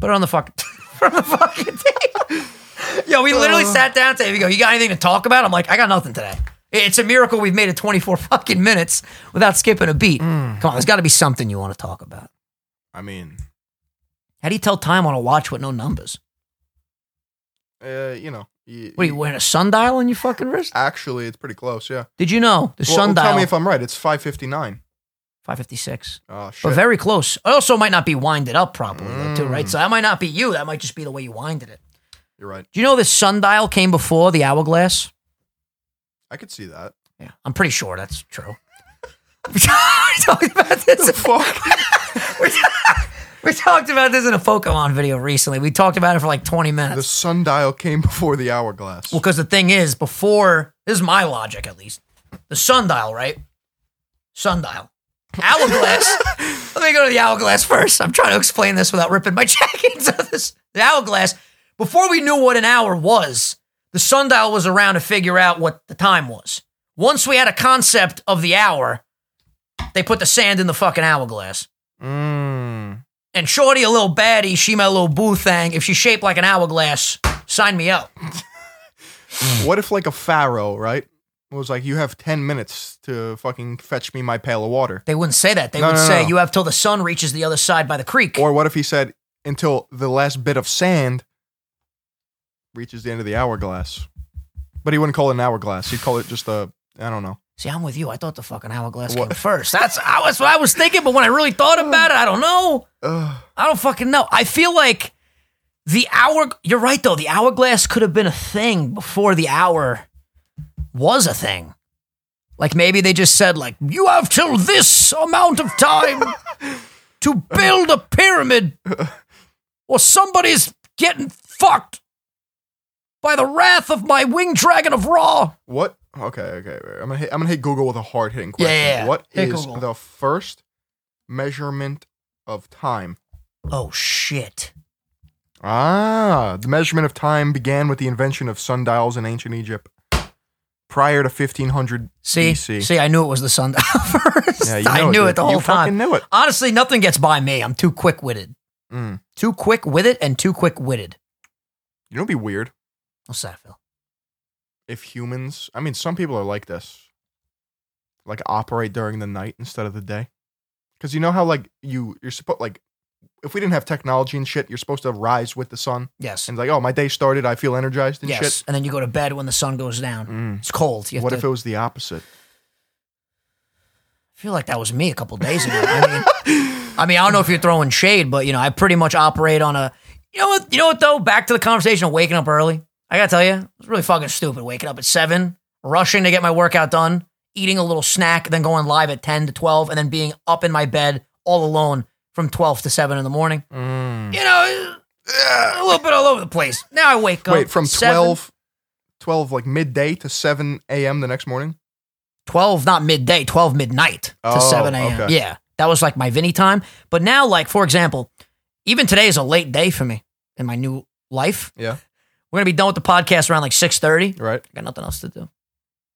S1: Put it on the fucking, put it on the
S2: Uh.
S1: fucking table. Yo, we literally sat down today. We go, you got anything to talk about? I'm like, I got nothing today. It's a miracle we've made it 24 fucking minutes without skipping a beat.
S2: Mm.
S1: Come on, there's got to be something you want to talk about.
S2: I mean,
S1: How do you tell time on a watch with no numbers?
S2: uh, you know, y-
S1: What are you wearing a sundial on your fucking wrist?
S2: actually, it's pretty close. Yeah.
S1: Did you know the
S2: Well,
S1: sundial?
S2: Tell me if I'm right. It's 5:59.
S1: 556.
S2: Oh
S1: But
S2: shit.
S1: very close. It also might not be winded up properly, though, too,
S2: Mm.
S1: right? So that might not be you. That might just be the way you winded it.
S2: You're right.
S1: Do you know this sundial came before the hourglass?
S2: I could see that.
S1: Yeah, I'm pretty sure that's true. we talked about this.
S2: Fuck.
S1: We talked about this in a Pokemon video recently. We talked about it for like 20 minutes.
S2: the sundial came before the hourglass.
S1: Well, because the thing is, before this is my logic at least, the sundial, right? Sundial, hourglass. Let me go to the hourglass first. I'm trying to explain this without ripping my jacket. So this the hourglass. Before we knew what an hour was, the sundial was around to figure out what the time was. Once we had a concept of the hour, they put the sand in the fucking hourglass.
S2: Mm.
S1: And Shorty, a little baddie, she my little boo thing. If she's shaped like an hourglass, sign me up.
S2: What if like a pharaoh, right? Was like you have ten minutes to fucking fetch me my pail of water.
S1: They wouldn't say that. They
S2: No,
S1: would
S2: no,
S1: say
S2: no.
S1: you have till the sun reaches the other side by the creek.
S2: Or what if he said until the last bit of sand reaches the end of the hourglass? But he wouldn't call it an hourglass. He'd call it just a I don't know.
S1: See, I'm with you. I thought the fucking hourglass
S2: What?
S1: came first. That's I was what I was thinking, but when I really thought about it, I don't know.
S2: Ugh.
S1: I don't fucking know. I feel like the hour. You're right though. The hourglass could have been a thing before the hour was a thing. Like maybe they just said like you have till this amount of time to build a pyramid, or somebody's getting fucked by the wrath of my winged dragon of Ra.
S2: What? Okay, okay. wait, I'm gonna hit, I'm gonna hit Google with a hard hitting question.
S1: Yeah, yeah, yeah.
S2: What
S1: Hit
S2: is
S1: Google.
S2: the first measurement of time?
S1: Oh shit.
S2: Ah, the measurement of time began with the invention of sundials in ancient Egypt, prior to 1500
S1: See,
S2: BC.
S1: see, I knew it was the sundial first.
S2: Yeah, you
S1: I
S2: know
S1: knew it
S2: dude.
S1: the
S2: you
S1: whole
S2: Fucking
S1: time.
S2: knew it.
S1: Honestly, nothing gets by me. I'm too quick witted.
S2: Mm.
S1: Too quick with it and too quick witted.
S2: You know, it'd be weird
S1: What's that, Phil?
S2: if humans. I mean, some people are like this, like operate during the night instead of the day, because you know how like you you're supposed like if we didn't have technology and shit, you're supposed to rise with the sun.
S1: Yes.
S2: and like, oh, my day started. I feel energized and
S1: yes.
S2: shit.
S1: And then you go to bed when the sun goes down.
S2: Mm.
S1: It's cold. You have
S2: What
S1: to,
S2: if it was the opposite?
S1: I feel like that was me a couple days ago. I mean, I mean, I don't know if you're throwing shade, but you know, I pretty much operate on a. You know what? You know what though? Back to the conversation of waking up early. I gotta tell you, it's really fucking stupid waking up at seven, rushing to get my workout done, eating a little snack, then going live at ten to twelve, and then being up in my bed all alone from twelve to seven in the morning.
S2: Mm.
S1: You know, it's a little bit all over the place. Now I wake up.
S2: Wait, from
S1: seven-
S2: 12, 12, like midday to 7 a.m. the next morning?
S1: 12 not midday 12 midnight to
S2: Oh,
S1: 7 a.m
S2: okay.
S1: yeah that was like my vinny time but now like for example even today is a late day for me in my new life
S2: Yeah.
S1: we're gonna be done with the podcast around like 6.30
S2: Right.
S1: i got nothing else to do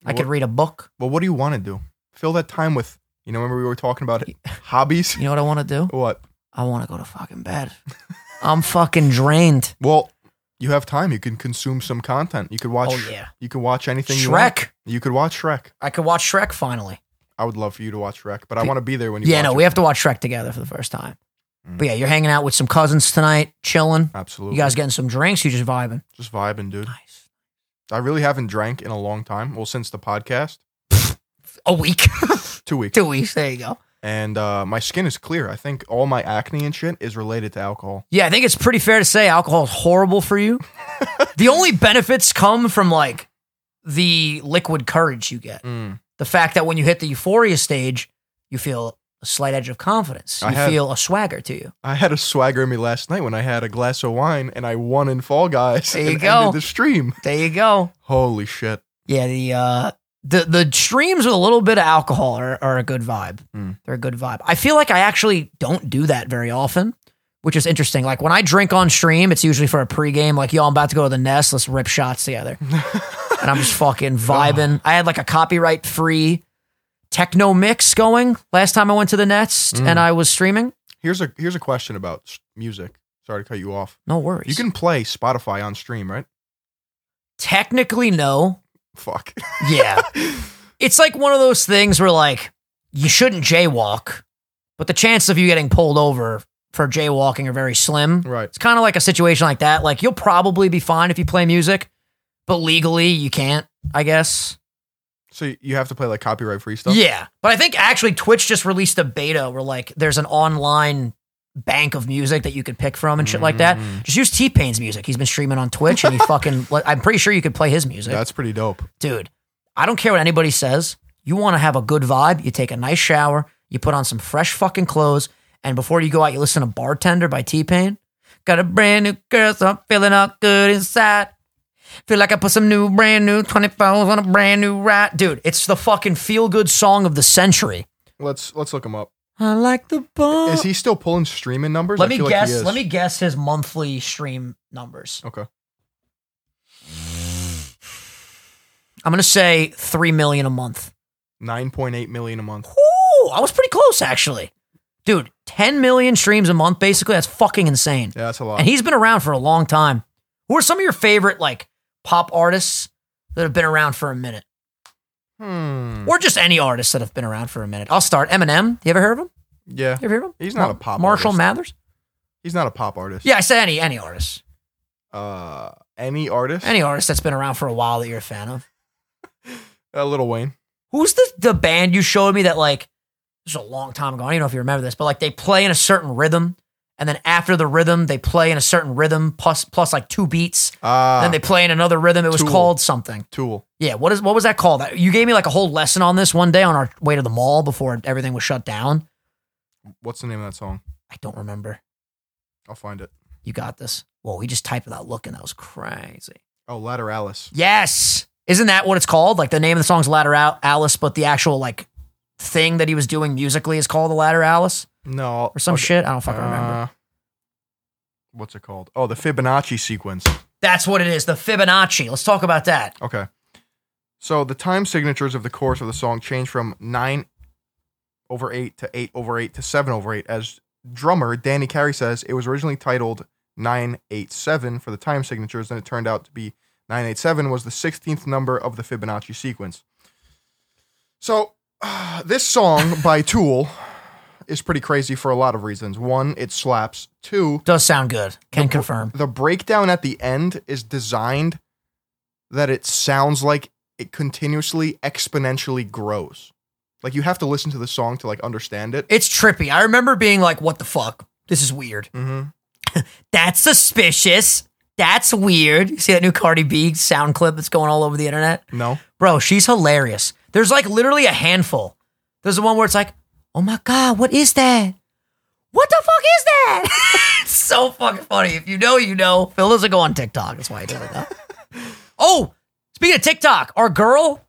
S1: i
S2: What-
S1: could read a book
S2: Well, what do you want to do? Fill that time with, you know, remember we were talking about it? hobbies?
S1: you know what i want to do
S2: What?
S1: i want to go to fucking bed i'm fucking drained
S2: Well, you have time. You can consume some content. You could watch.
S1: Oh, yeah.
S2: You could watch anything you want.
S1: shrek
S2: You could watch Shrek.
S1: i could watch shrek finally
S2: I would love for you to watch Shrek, but I want to be there when you
S1: yeah
S2: watch
S1: no
S2: it. Mm.
S1: we have to watch shrek together for the first time but yeah you're hanging out with some cousins tonight chilling
S2: Absolutely.
S1: you guys getting some drinks you just vibing
S2: Just vibing, dude.
S1: nice
S2: I really haven't drank in a long time. Well, since the podcast.
S1: a week
S2: Two weeks.
S1: two weeks there you go
S2: and uh, my skin is clear. I think all my acne and shit is related to alcohol.
S1: Yeah, I think it's pretty fair to say alcohol is horrible for you. the only benefits come from like the liquid courage you get. The fact that when you hit the euphoria stage, you feel a slight edge of confidence. You
S2: I had-
S1: feel a swagger to you.
S2: I had a swagger in me last night when I had a glass of wine and I won in Fall Guys.
S1: There you
S2: and
S1: go.
S2: ended the stream.
S1: There you go.
S2: Holy shit!
S1: Yeah, the uh the the streams with a little bit of alcohol are, are a good vibe.
S2: Mm.
S1: They're a good vibe. I feel like I actually don't do that very often, which is interesting. Like when I drink on stream, it's usually for a pregame. Like, yo, I'm about to go to the nest. Let's rip shots together, and I'm just fucking vibing. I had like a copyright free techno mix going last time I went to the nest and I was streaming.
S2: Here's a here's a question about s- music. Sorry to cut you off.
S1: No worries.
S2: You can play Spotify on stream, right?
S1: technically no,
S2: Fuck.
S1: Yeah. it's like one of those things where like you shouldn't jaywalk, but the chance of you getting pulled over for jaywalking are very slim.
S2: Right.
S1: It's kind of like a situation like that. Like you'll probably be fine if you play music, but legally you can't, I guess.
S2: So you have to play like copyright free stuff.
S1: Yeah. But I think actually Twitch just released a beta where like there's an online bank of music that you could pick from and shit like that. Just use T-Pain's music. He's been streaming on Twitch and he fucking I'm pretty sure you could play his music
S2: That's pretty dope.
S1: dude, I don't care what anybody says. You want to have a good vibe, you take a nice shower, you put on some fresh fucking clothes, and before you go out, you listen to Bartender by T Pain. Got a brand new girl, so I'm feeling all good inside. Feel like I put some new, brand new 24s on a brand new rat. Dude, it's the fucking feel good song of the century.
S2: Let's let's look him up.
S1: I like the bump.
S2: Is he still pulling streaming numbers?
S1: let
S2: I
S1: me
S2: feel like he
S1: guess.
S2: is.
S1: let me guess his monthly stream numbers.
S2: Okay.
S1: I'm gonna say three million a month.
S2: Nine point eight million a month.
S1: Ooh, I was pretty close actually. Dude, 10 million streams a month basically. That's fucking insane.
S2: Yeah, that's a lot.
S1: And he's been around for a long time. Who are some of your favorite like pop artists that have been around for a minute?
S2: hmm.
S1: Or just any artists that have been around for a minute? I'll start. Eminem. You ever heard of him?
S2: Yeah.
S1: You ever heard of him?
S2: He's not
S1: Ma-
S2: a pop
S1: Marshall
S2: artist.
S1: Mathers?
S2: He's not a pop artist.
S1: Yeah, I said any any artist.
S2: Uh, any artist?
S1: Any artist that's been around for a while that you're a fan of.
S2: Uh, Little Wayne.
S1: Who's the the band you showed me that like this was a long time ago. I don't even know if you remember this, but like they play in a certain rhythm, and then after the rhythm, they play in a certain rhythm plus plus like two beats.
S2: Ah.
S1: then they play in another rhythm. It was
S2: Tool.
S1: called something.
S2: Tool.
S1: Yeah, what is what was that called? You gave me like a whole lesson on this one day on our way to the mall before everything was shut down.
S2: What's the name of that song?
S1: I don't remember.
S2: I'll find it.
S1: You got this. Whoa, he just typed without looking. That was crazy.
S2: Oh, Lateralis.
S1: Yes. Isn't that what it's called? Like the name of the song's Ladder Al- Alice, but the actual like thing that he was doing musically is called the Ladder Alice
S2: No. I'll-
S1: or some
S2: okay.
S1: shit. I don't fucking remember.
S2: Uh, what's it called? Oh, the Fibonacci sequence.
S1: That's what it is, the Fibonacci. Let's talk about that.
S2: Okay. So the time signatures of the course of the song change from nine over eight to eight over eight to seven over eight. As drummer Danny Carey says, it was originally titled nine eight seven for the time signatures, and it turned out to be nine eight seven was the sixteenth number of the Fibonacci sequence. So this song by Tool is pretty crazy for a lot of reasons. One, it slaps. Two,
S1: Does sound good. Can confirm.
S2: the breakdown at the end is designed that it sounds like it continuously exponentially grows. Like you have to listen to the song to like understand it.
S1: It's trippy. I remember being like, what the fuck? This is weird.
S2: Mm-hmm.
S1: That's suspicious. That's weird. You see that new Cardi B sound clip that's going all over the internet?
S2: No,
S1: Bro, she's hilarious. There's like literally a handful. There's the one where it's like, oh my God, what is that? What the fuck is that? it's so fucking funny. If you know, you know. Phil doesn't go on TikTok. That's why he doesn't know. oh, speaking of TikTok, our girl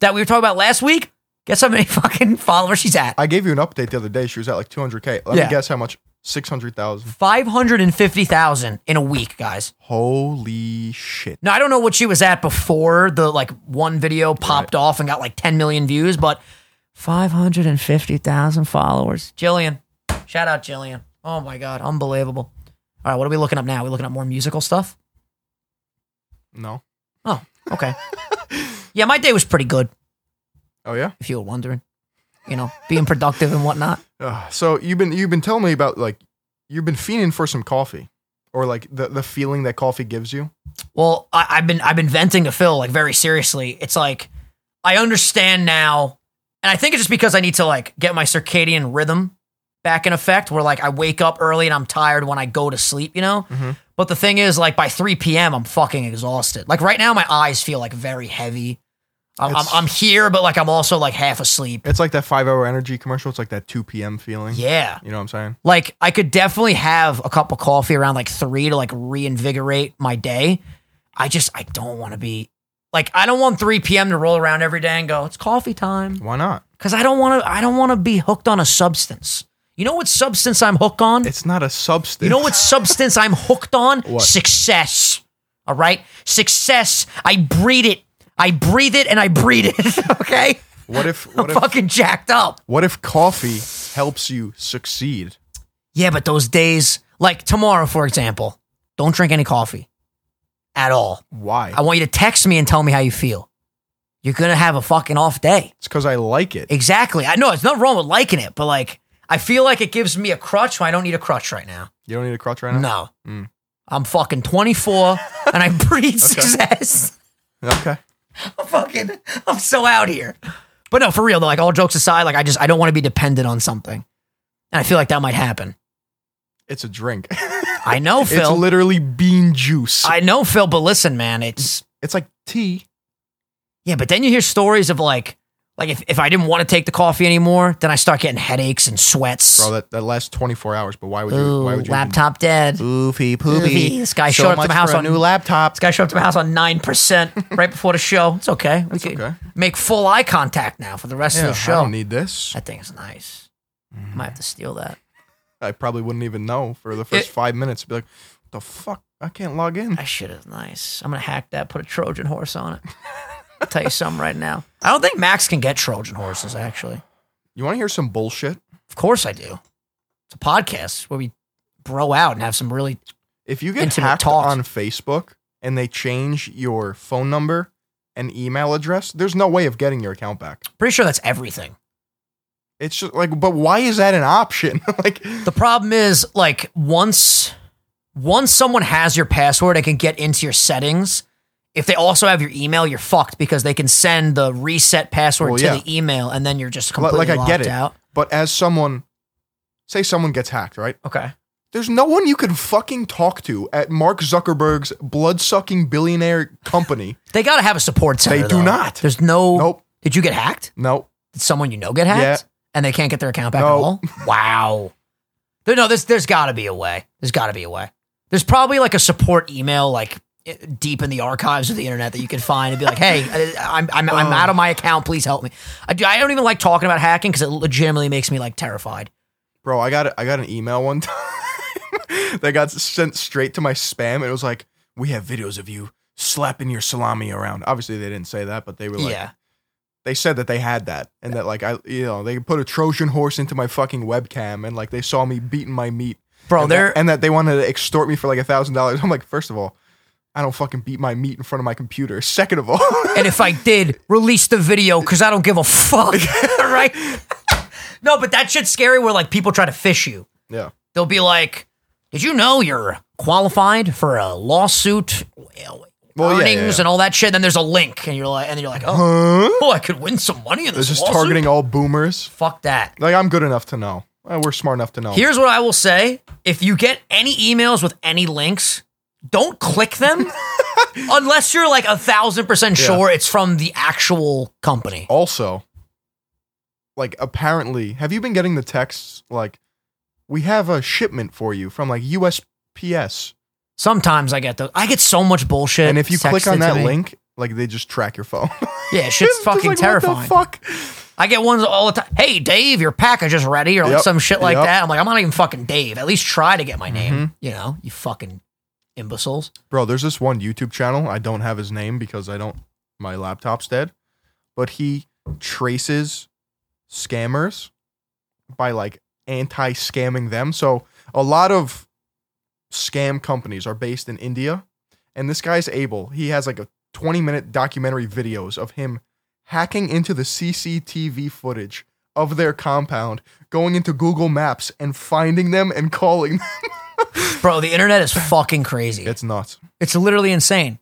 S1: that we were talking about last week, guess how many fucking followers she's at?
S2: I gave you an update the other day. She was at like 200k. Let
S1: Yeah.
S2: me guess how much? 600,000.
S1: 550,000 in a week, guys.
S2: Holy shit!
S1: No, I don't know what she was at before the like one video popped off and got like 10 million views, but 550,000 followers. Jillian. Shout out Jillian. Oh my God. Unbelievable. All right. What are we looking up now? we looking up more musical stuff?
S2: No.
S1: Oh, okay. yeah, my day was pretty good,
S2: Oh yeah.
S1: if you were wondering. You know, being productive and whatnot.
S2: Ugh. so you've been you've been telling me about like you've been fiending for some coffee or like the the feeling that coffee gives you.
S1: Well, I, I've been I've been venting to Phil like very seriously. It's like I understand now, and I think it's just because I need to like get my circadian rhythm back in effect. Where like I wake up early and I'm tired when I go to sleep, you know. But the thing is, like by three p.m., I'm fucking exhausted. Like right now, my eyes feel like very heavy. I'm, I'm
S2: It's-
S1: I'm here, but like I'm also like half asleep.
S2: It's like that 5-hour energy commercial. It's like that 2 p.m. feeling.
S1: Yeah.
S2: You know what I'm saying?
S1: Like I could definitely have a cup of coffee around like three to like reinvigorate my day. I just I don't want to be like I don't want three p.m. to roll around every day and go it's coffee time
S2: Why not?
S1: because I don't want to I don't want to be hooked on a substance. You know what substance I'm hooked on?
S2: It's not a substance.
S1: You know what substance I'm hooked on?
S2: What?
S1: Success. All right, success. I breed it. I breathe it and I breed it. okay,
S2: What if
S1: I'm
S2: what if,
S1: fucking jacked up.
S2: what if coffee helps you succeed?
S1: Yeah, but those days, like tomorrow, for example, don't drink any coffee at all.
S2: Why?
S1: I want you to text me and tell me how you feel. you're gonna have a fucking off day.
S2: It's because I like it.
S1: Exactly. I know it's nothing wrong with liking it, but like I feel like it gives me a crutch when I don't need a crutch right now.
S2: You don't need a crutch right now.
S1: No. I'm fucking 24 and I breed success.
S2: Okay.
S1: I'm fucking I'm so out here. But no, for real though, like all jokes aside, like I just I don't want to be dependent on something. And I feel like that might happen.
S2: It's a drink.
S1: I know,
S2: it's
S1: Phil.
S2: literally bean juice.
S1: I know, Phil, but listen, man, it's
S2: it's like tea.
S1: yeah, but then you hear stories of like like if, if I didn't want to take the coffee anymore, then I start getting headaches and sweats.
S2: Bro, that, that lasts 24 hours, but why would you?
S1: Ooh,
S2: why would you?
S1: laptop dead.
S2: Oofy
S1: Oofy. This guy showed up to
S2: much
S1: my house
S2: for a
S1: on-
S2: new laptop.
S1: This guy showed up to my house on nine percent right before the show. It's okay. We can
S2: okay.
S1: make full eye contact now for the rest
S2: Yeah,
S1: of the
S2: I
S1: show.
S2: don't Mm-hmm. need this.
S1: that thing's nice. Might have to steal that.
S2: I probably wouldn't even know for the first
S1: It-
S2: five minutes. Be like, what the fuck? I can't log in.
S1: That shit is nice. I'm gonna hack that. Put a Trojan horse on it. I'll tell you something right now. I don't think Max can get Trojan horses. Actually,
S2: You want to hear some bullshit?
S1: of course I do. It's a podcast where we bro out and have some really.
S2: If you get
S1: Intimate
S2: hacked
S1: talks.
S2: on Facebook and they change your phone number and email address, there's no way of getting your account back.
S1: Pretty sure that's everything.
S2: It's just like, but why is that an option? like,
S1: The problem is like once once someone has your password and can get into your settings, if they also have your email, you're fucked because they can send the reset password
S2: Well,
S1: to
S2: yeah.
S1: the email and then you're just
S2: Like-
S1: completely
S2: like I
S1: locked
S2: get it.
S1: out.
S2: but as someone, say someone gets hacked, right?
S1: Okay.
S2: There's no one you can fucking talk to at Mark Zuckerberg's blood sucking billionaire company.
S1: They gotta have a support center.
S2: They do
S1: though.
S2: not.
S1: There's no
S2: Nope.
S1: Did you get hacked?
S2: Nope.
S1: Did someone you know get hacked?
S2: Yeah.
S1: And they can't get their account back
S2: No.
S1: at all? Wow. There- No, there's there's gotta be a way. There's gotta be a way. There's probably like a support email like i- deep in the archives of the internet that you could find and be like, hey, I- I'm, I'm,
S2: Oh.
S1: I'm out of my account. Please help me. I, do- I don't even like talking about hacking because it legitimately makes me like terrified.
S2: Bro, I got I got an email one time that got sent straight to my spam. It was like, "We have videos of you slapping your salami around." Obviously, they didn't say that, but they were like,
S1: yeah.
S2: they said that they had that, and that like I, you know, they put a Trojan horse into my fucking webcam, and like they saw me beating my meat,
S1: Bro,
S2: and that-
S1: there,
S2: and that they wanted to extort me for like a thousand dollars. I'm like, first of all, I don't fucking beat my meat in front of my computer. Second of all,
S1: and if I did, release the video because I don't give a fuck. right? no, but that shit's scary where like people try to fish you.
S2: yeah,
S1: They'll be like, "Did you know you're qualified for a lawsuit
S2: Well, yeah,
S1: earnings
S2: yeah, yeah.
S1: and all that shit?" Then there's a link, and you're like, and you're like, "Oh,
S2: huh?
S1: oh, I could win some money in
S2: It's
S1: this
S2: just
S1: lawsuit."
S2: targeting all boomers.
S1: Fuck that.
S2: Like I'm good enough to know. Uh, We're smart enough to know.
S1: Here's what I will say: If you get any emails with any links, don't click them unless you're like a thousand percent
S2: Yeah.
S1: sure it's from the actual company.
S2: also like apparently have you been getting the texts like we have a shipment for you from like USPS
S1: Sometimes I get those. I get so much bullshit.
S2: and if you click
S1: texted
S2: on
S1: to
S2: that
S1: me.
S2: link like they just track your phone
S1: yeah, shit's
S2: Just
S1: fucking
S2: like,
S1: terrifying.
S2: what the fuck
S1: I get ones all the time. Hey, Dave, your package is ready, or like
S2: Yep.
S1: some shit like
S2: Yep. Mm-hmm.
S1: that. I'm like, I'm not even fucking Dave. At least try to get my name. You know, you fucking imbeciles.
S2: bro there's this one YouTube channel I don't have his name because I don't my laptop's dead but he traces scammers by like anti-scamming them so a lot of scam companies are based in India. And this guy's able, he has like a 20 minute documentary videos of him hacking into the CCTV footage of their compound, going into Google Maps and finding them and calling them.
S1: Bro, the internet is fucking crazy. It's,
S2: It's nuts.
S1: literally insane.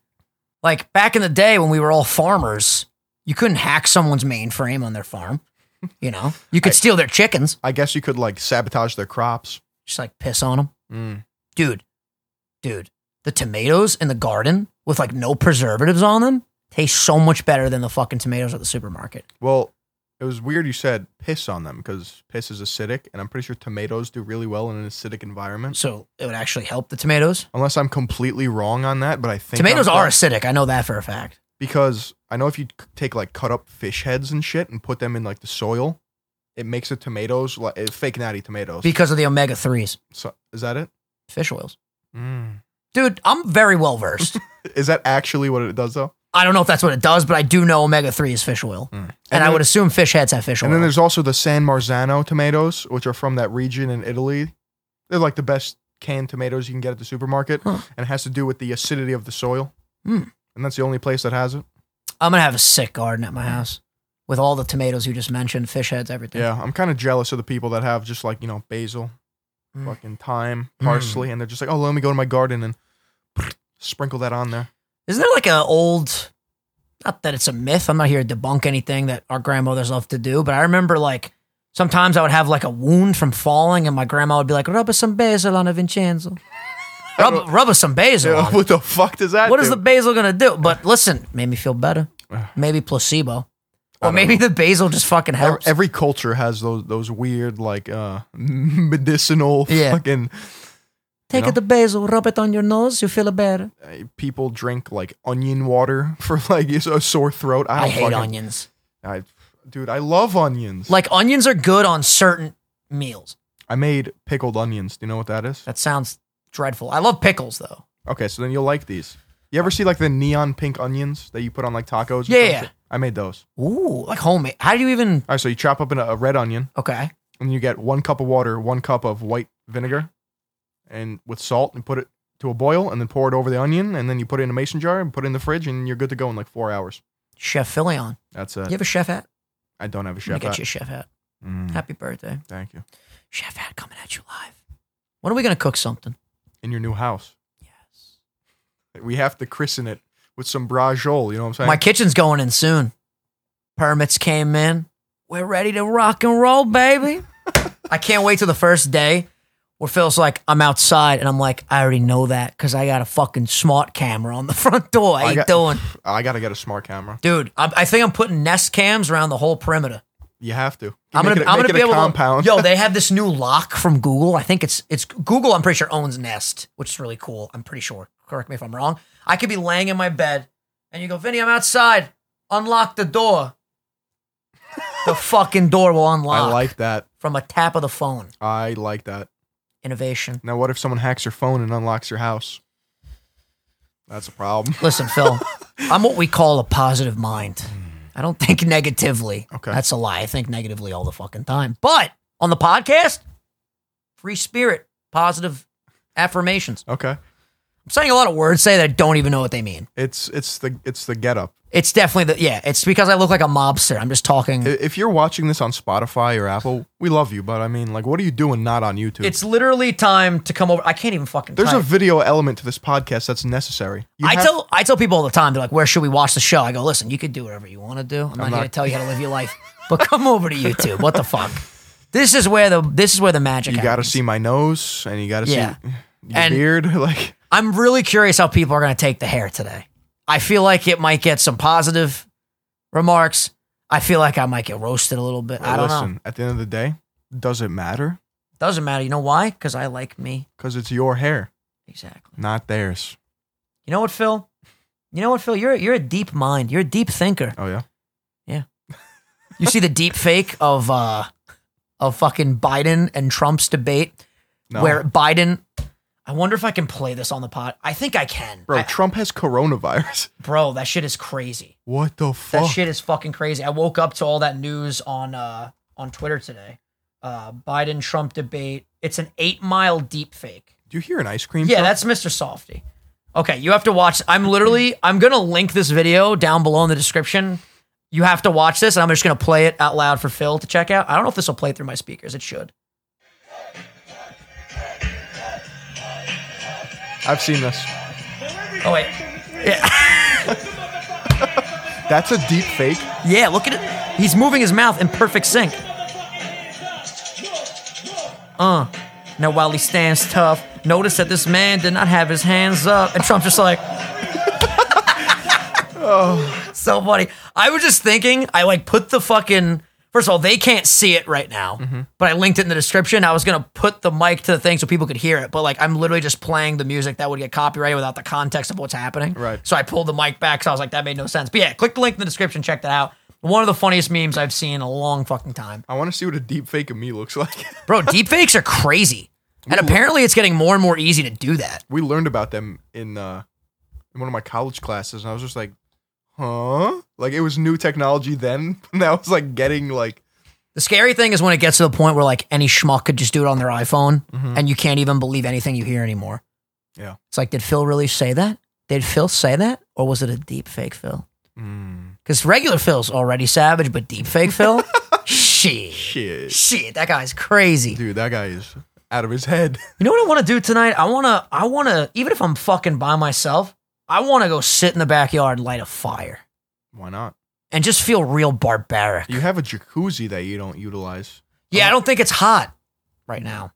S1: Like back in the day when we were all farmers, you couldn't hack someone's mainframe on their farm. You know, you could steal their chickens,
S2: I guess you could like sabotage their crops.
S1: just like piss on them.
S2: Mm.
S1: Dude, dude, the tomatoes in the garden with like no preservatives on them taste so much better than the fucking tomatoes at the supermarket.
S2: Well, it was weird you said piss on them because piss is acidic, and I'm pretty sure tomatoes do really well in an acidic environment.
S1: So it would actually help the tomatoes.
S2: Unless I'm completely wrong on that, but I think I'm
S1: Tomatoes are
S2: correct.
S1: acidic. I know that for a fact.
S2: because I know if you c- take like cut up fish heads and shit and put them in like the soil, it makes the tomatoes like uh, fake natty tomatoes.
S1: Because of the omega 3s,
S2: so, is that it?
S1: fish oils. Mm. Dude, I'm very well versed.
S2: Is that actually what it does though?
S1: I don't know if that's what it does, but I do know omega 3 is fish oil. And, I
S2: Hmm. then-
S1: would assume fish heads have fish
S2: And
S1: oil.
S2: then there's also the San Marzano tomatoes, which are from that region in Italy. They're like the best canned tomatoes you can get at the supermarket,
S1: Huh.
S2: and it has to do with the acidity of the soil.
S1: Hmm.
S2: And that's the only place that has it.
S1: I'm gonna have a sick garden at my house with all the tomatoes you just mentioned, fish heads, everything.
S2: Yeah, I'm kind of jealous of the people that have just like you know basil,
S1: Mm.
S2: fucking thyme,
S1: Mm.
S2: parsley, and they're just like, oh, let me go to my garden and sprinkle that on there.
S1: Isn't there like an old? Not that it's a myth. I'm not here to debunk anything that our grandmothers love to do, but I remember like sometimes I would have like a wound from falling, and my grandma would be like, "Rub us some basil on a Vincenzo. Rub, rub us some basil.
S2: Yeah,
S1: on it."
S2: what the fuck does that?
S1: What is
S2: do?
S1: the basil gonna do? But listen, made me feel better.
S2: Ugh.
S1: Maybe placebo,
S2: I
S1: or
S2: don't
S1: maybe the basil just fucking
S2: Ev-
S1: helps.
S2: Every culture has those those weird like uh medicinal
S1: Yeah.
S2: fucking
S1: Take
S2: you know?
S1: it the basil, rub it on your nose, you feel better.
S2: uh, people drink like onion water for like a sore throat. I,
S1: I,
S2: don't
S1: hate
S2: fucking-
S1: onions.
S2: I, dude, I love onions.
S1: Like onions are good on certain meals.
S2: I made pickled onions. Do you know what that is?
S1: That sounds dreadful. I love pickles though.
S2: Okay, so then you'll like these. You ever see like the neon pink onions that you put on like tacos? or
S1: Yeah,
S2: some
S1: yeah.
S2: shit? I made those.
S1: Ooh, like homemade. How do you even?
S2: All right, so you chop up in a, a red onion,
S1: Okay,
S2: and you get one cup of water, one cup of white vinegar, and with salt, and put it to a boil, and then pour it over the onion, and then you put it in a mason jar and put it in the fridge, and you're good to go in like four hours.
S1: Chef Fillion.
S2: That's it.
S1: You have a chef hat?
S2: I don't have a
S1: Let me
S2: chef.
S1: get
S2: hat.
S1: you a chef hat.
S2: Mm,
S1: Happy birthday,
S2: thank you.
S1: chef hat coming at you live. When are we gonna cook something?
S2: In your new house,
S1: Yes.
S2: we have to christen it with some brajol. You know what I'm saying?
S1: My kitchen's going in soon. Permits came in. We're ready to rock and roll, baby. I can't wait till the first day where Phil's like, I'm outside. And I'm like, I already know that because I got a fucking smart camera on the front door. I
S2: I
S1: ain't
S2: got-
S1: doing.
S2: I gotta get a smart camera.
S1: Dude, I, I think I'm putting Nest cams around the whole perimeter.
S2: You have to.
S1: I'm
S2: Make
S1: gonna,
S2: it a-
S1: I'm
S2: make
S1: gonna be
S2: it a
S1: able
S2: compound.
S1: to. Yo, they have this new lock from Google. I think it's it's Google. I'm pretty sure owns Nest, which is really cool. I'm pretty sure. Correct me if I'm wrong. I could be laying in my bed, and you go, Vinny, I'm outside. Unlock the door. the fucking door will unlock
S2: I like that.
S1: from a tap of the phone.
S2: I like that.
S1: Innovation.
S2: Now, what if someone hacks your phone and unlocks your house? That's a problem.
S1: Listen, Phil, I'm what we call a positive mind. I don't think negatively.
S2: Okay.
S1: That's a lie. I think negatively all the fucking time. But on the podcast, free spirit, positive affirmations.
S2: Okay.
S1: I'm saying a lot of words say that I don't even know what they mean.
S2: It's it's the it's the getup.
S1: It's definitely the yeah, it's because I look like a mobster. I'm just talking
S2: I- If you're watching this on Spotify or Apple, we love you, but I mean, like, what are you doing not on YouTube?
S1: It's literally time to come over. I can't even fucking
S2: There's a
S1: type.
S2: video element to this podcast that's necessary. You
S1: I
S2: have-
S1: tell I tell people all the time, they're like, where should we watch the show? I go, listen, you could do whatever you want to do. I'm, not,
S2: not-
S1: here to tell you how to live your life. But come over to YouTube. What the fuck? This is where the this is where the magic
S2: you got to
S1: happens.
S2: see my nose and you got to
S1: Yeah.
S2: see your
S1: And-
S2: beard. Like,
S1: I'm really curious how people are gonna take the hair today. I feel like it might get some positive remarks. I feel like I might get roasted a little bit. I don't
S2: listen.
S1: know.
S2: At the end of the day, does it matter?
S1: Doesn't matter. You know why? Because I like me.
S2: Because it's your hair,
S1: Exactly.
S2: not theirs.
S1: You know what, Phil? You know what, Phil? You're you're a deep mind. You're a deep thinker.
S2: Oh yeah.
S1: You see the deep fake of uh of fucking Biden and Trump's debate
S2: No.
S1: where Biden I wonder if I can play this on the pod. I think I can.
S2: Bro,
S1: I-
S2: Trump has coronavirus.
S1: bro, that shit is crazy.
S2: What the
S1: That
S2: fuck?
S1: shit is fucking crazy. I woke up to all that news on uh on Twitter today. Uh Biden Trump debate. It's an 8-mile deep fake.
S2: Do you hear an ice cream?
S1: Yeah, that's Mr. Softy. Okay, you have to watch. I'm literally, I'm gonna link this video down below in the description. You have to watch this, and I'm just gonna play it out loud for Phil to check out. I don't know if this will play through my speakers. It should.
S2: I've seen this.
S1: Oh wait, yeah,
S2: That's a deep fake.
S1: yeah. Look at it. He's moving his mouth in perfect sync. Uh. Now while he stands tough, notice that this man did not have his hands up, and Trump just like. Oh, so funny. I was just thinking, I like put the fucking. First of all, they can't see it right now, but I linked it in the description. I was gonna put the mic to the thing so people could hear it, but like I'm literally just playing the music that would get copyrighted without the context of what's happening.
S2: Right.
S1: So I pulled the mic back. So I was like, that made no sense. But yeah, click the link in the description. Check that out. One of the funniest memes I've seen in a long fucking time,
S2: I want to see what a deep fake of me looks like.
S1: bro. deepfakes are crazy, and apparently it's getting more and more easy to do that.
S2: we learned about them in uh, in one of my college classes, and I was just like, huh? Like it was new technology then. Now it's like getting like
S1: The scary thing is when it gets to the point where like any schmuck could just do it on their iPhone and you can't even believe anything you hear anymore.
S2: Mm-hmm. Yeah.
S1: It's like, did Phil really say that? Did Phil say that? Or was it a deep fake Phil?
S2: mm,
S1: Because regular Phil's already savage, but deep fake Phil, shit,
S2: Shit.
S1: shit, that guy's crazy.
S2: Dude, that guy is out of his head.
S1: You know what I want to do tonight? I want to, I want to, even if I'm fucking by myself, I want to go sit in the backyard and light a fire
S2: Why not?
S1: and just feel real barbaric.
S2: You have a jacuzzi that you don't utilize.
S1: yeah, I don't think it's hot right now.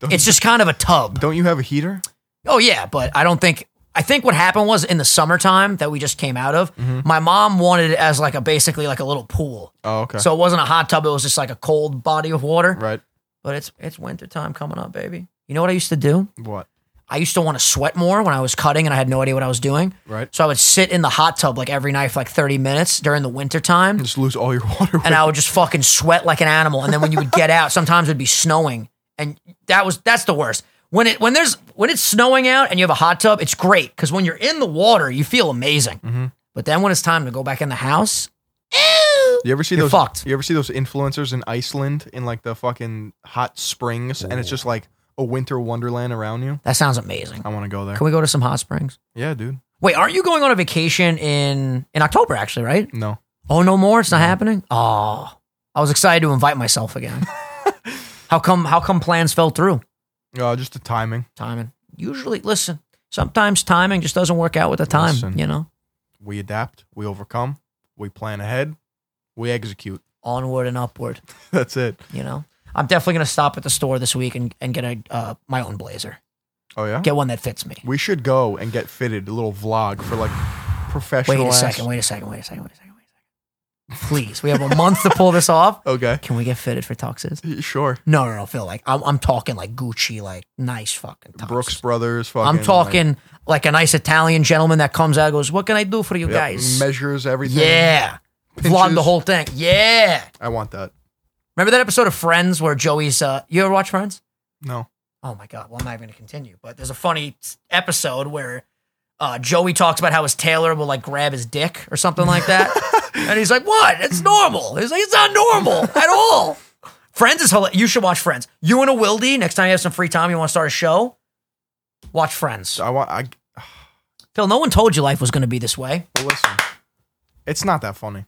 S2: Don't,
S1: It's just kind of a tub.
S2: don't you have a heater?
S1: Oh yeah, but I don't think I think what happened was in the summertime that we just came out of,
S2: Mm-hmm.
S1: my mom wanted it as like a basically like a little pool.
S2: Oh, okay.
S1: So it wasn't a hot tub, it was just like a cold body of water.
S2: right.
S1: But it's it's wintertime coming up, baby. You know what I used to do?
S2: What?
S1: I used to want to sweat more when I was cutting and I had no idea what I was doing.
S2: Right.
S1: So I would sit in the hot tub like every night for like 30 minutes during the wintertime
S2: Just lose all your water.
S1: and I would just fucking sweat like an animal. And then when you would get out, sometimes it'd be snowing, and that was that's the worst. When it when there's when it's snowing out and you have a hot tub, it's great because when you're in the water, you feel amazing. But then when it's time to go back in the house, ew,
S2: You ever see
S1: You're
S2: those?
S1: fucked.
S2: You ever see those influencers in Iceland in like the fucking hot springs, and it's just like a winter wonderland around you?
S1: that sounds amazing.
S2: I want to go there.
S1: Can we go to some hot springs?
S2: Yeah, dude.
S1: Wait, aren't you going on a vacation in in October actually? Right?
S2: No,
S1: Oh, no more. It's not happening. Oh, I was excited to invite myself again. how come? How come plans fell through?
S2: uh, just the timing.
S1: timing. Usually, listen, sometimes timing just doesn't work out with the time,
S2: Listen.
S1: you know?
S2: We adapt. We overcome. We plan ahead. We execute.
S1: Onward and upward,
S2: That's it.
S1: you know? I'm definitely going to stop at the store this week and, and get a uh, my own blazer.
S2: Oh yeah.
S1: Get one that fits me.
S2: we should go and get fitted. A little vlog for like professional.
S1: Wait a
S2: ass-
S1: second, wait a second, wait a second, wait a second, wait a second. Please, we have a month to pull this off.
S2: Okay.
S1: Can we get fitted for tuxes?
S2: Sure.
S1: No, no, no, Phil. Like I'm, I'm talking like Gucci, like nice fucking tux.
S2: Brooks Brothers. Fucking,
S1: I'm
S2: like,
S1: talking like, a nice Italian gentleman that comes out and goes, "What can I do for you
S2: yep,
S1: guys?"
S2: measures everything.
S1: Yeah, vlog the
S2: Pictures.
S1: whole thing. Yeah,
S2: I want that.
S1: Remember that episode of Friends where Joey's? Uh, you ever watch Friends?
S2: No.
S1: Oh my god! Well, I'm not even going to continue. But there's a funny s- episode where uh, Joey talks about how his tailor will like grab his dick or something like that, and he's like, "What? It's normal." He's like, "It's not normal at all." Friends is hilarious. You should watch Friends. You and a Wildy. Next time you have some free time, you want to start a show, watch Friends.
S2: I want. I
S1: Phil, no one told you life was going to be this way.
S2: Well, listen, it's not that funny.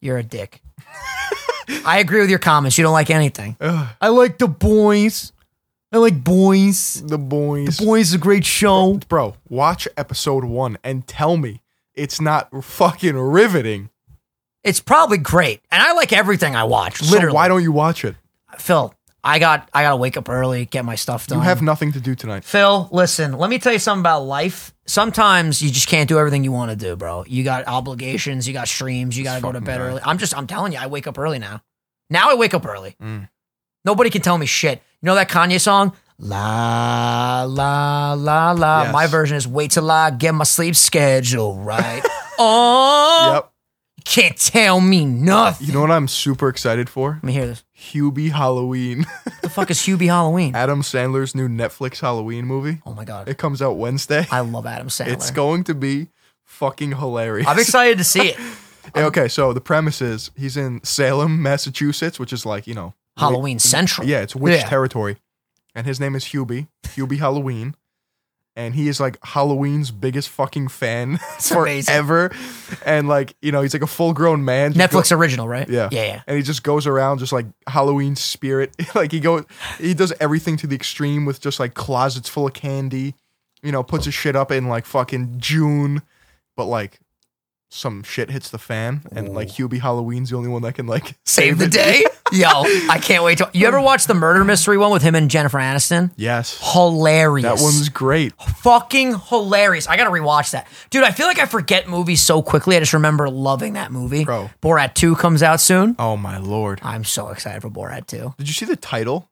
S1: You're a dick. I agree with your comments. You don't like anything.
S3: I like the boys. I like boys.
S2: The boys.
S3: Boys is a great show.
S2: Bro, watch episode one and tell me it's not fucking riveting.
S1: It's probably great, and I like everything I watch. Literally,
S2: So why don't you watch it?
S1: Phil, I got I gotta wake up early, get my stuff done.
S2: You have nothing to do tonight.
S1: Phil, listen, let me tell you something about life. Sometimes you just can't do everything you want to do, bro. You got obligations, you got streams, you gotta go to
S2: fucking
S1: bed
S2: right.
S1: early. I'm just I'm telling you, I wake up early now. Now I wake up early.
S2: Mm.
S1: Nobody can tell me shit. You know that Kanye song? La la la la.
S2: Yes.
S1: My version is wait till I get my sleep schedule right. oh
S2: Yep.
S1: can't tell me nothing.
S2: You know what I'm super excited for?
S1: let me hear this.
S2: Hubie Halloween.
S1: The fuck is Hubie Halloween?
S2: Adam Sandler's new Netflix Halloween movie.
S1: Oh my god.
S2: It comes out Wednesday.
S1: I love Adam Sandler.
S2: It's going to be fucking hilarious.
S1: I'm excited to see it.
S2: okay, so the premise is he's in Salem, Massachusetts, which is like, you know,
S1: Halloween Central.
S2: Yeah, it's witch
S1: Yeah.
S2: territory. And his name is Hubie, Hubie Halloween. And he is like Halloween's biggest fucking fan
S1: amazing.
S2: forever. And like, you know, he's like a full grown man. Just
S1: Netflix
S2: go-
S1: original, right?
S2: Yeah.
S1: Yeah, yeah.
S2: and he just goes around just like Halloween spirit. like he goes, he does everything to the extreme with just like closets full of candy. You know, puts his shit up in like fucking June. But like some shit hits the fan. And like Hubie Halloween's the only one that can like
S1: Save the
S2: it.
S1: day. Yo, I can't wait to. You ever watch the murder mystery one with him and Jennifer Aniston?
S2: Yes.
S1: Hilarious.
S2: That one's great.
S1: fucking hilarious. I gotta rewatch that. Dude, I feel like I forget movies so quickly. I just remember loving that movie.
S2: Bro.
S1: Borat 2 comes out soon.
S2: Oh my lord.
S1: I'm so excited for Borat 2.
S2: Did you see the title?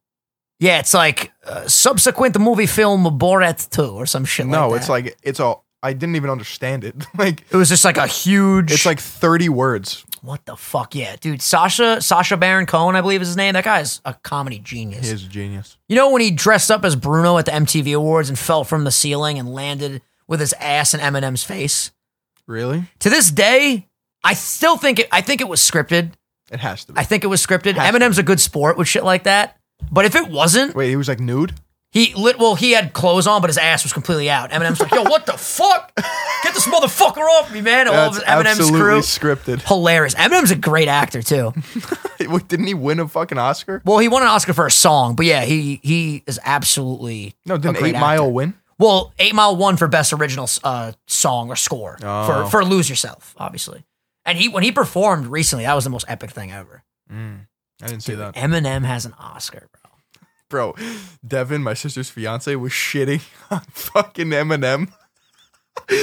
S1: Yeah, it's like uh, subsequent movie film Borat 2 or some shit like
S2: No,
S1: that.
S2: it's like it's all. I didn't even understand it. like
S1: It was just like a huge.
S2: it's like thirty words.
S1: What the fuck? Yeah, dude. Sasha Sasha Baron Cohen, I believe is his name. That guy is a comedy genius.
S2: He is a genius.
S1: You know when he dressed up as Bruno at the MTV Awards and fell from the ceiling and landed with his ass in Eminem's face?
S2: Really?
S1: To this day, I still think it I think it was scripted.
S2: It has to be.
S1: I think it was scripted.
S2: Has to
S1: Eminem's a good sport with shit like that. But if it wasn't,
S2: Wait, he was like nude.
S1: he lit well, he had clothes on, but his ass was completely out. Eminem's like, yo, what the fuck? Get the this motherfucker off me, man. All of
S2: That's
S1: Eminem's crew.
S2: absolutely scripted.
S1: Hilarious. Eminem's a great actor too.
S2: Wait, Didn't he win a fucking Oscar?
S1: Well, he won an Oscar for a song, but yeah, he he is absolutely
S2: No,
S1: a
S2: didn't
S1: great
S2: Eight Mile
S1: actor.
S2: win?
S1: Well, Eight Mile won for best original uh, song or score
S2: Oh.
S1: for for Lose Yourself, obviously. And he when he performed recently, that was the most epic thing ever.
S2: I didn't see that,
S1: Eminem has an Oscar, bro.
S2: bro. Devin, my sister's fiance, was shitting on fucking Eminem. He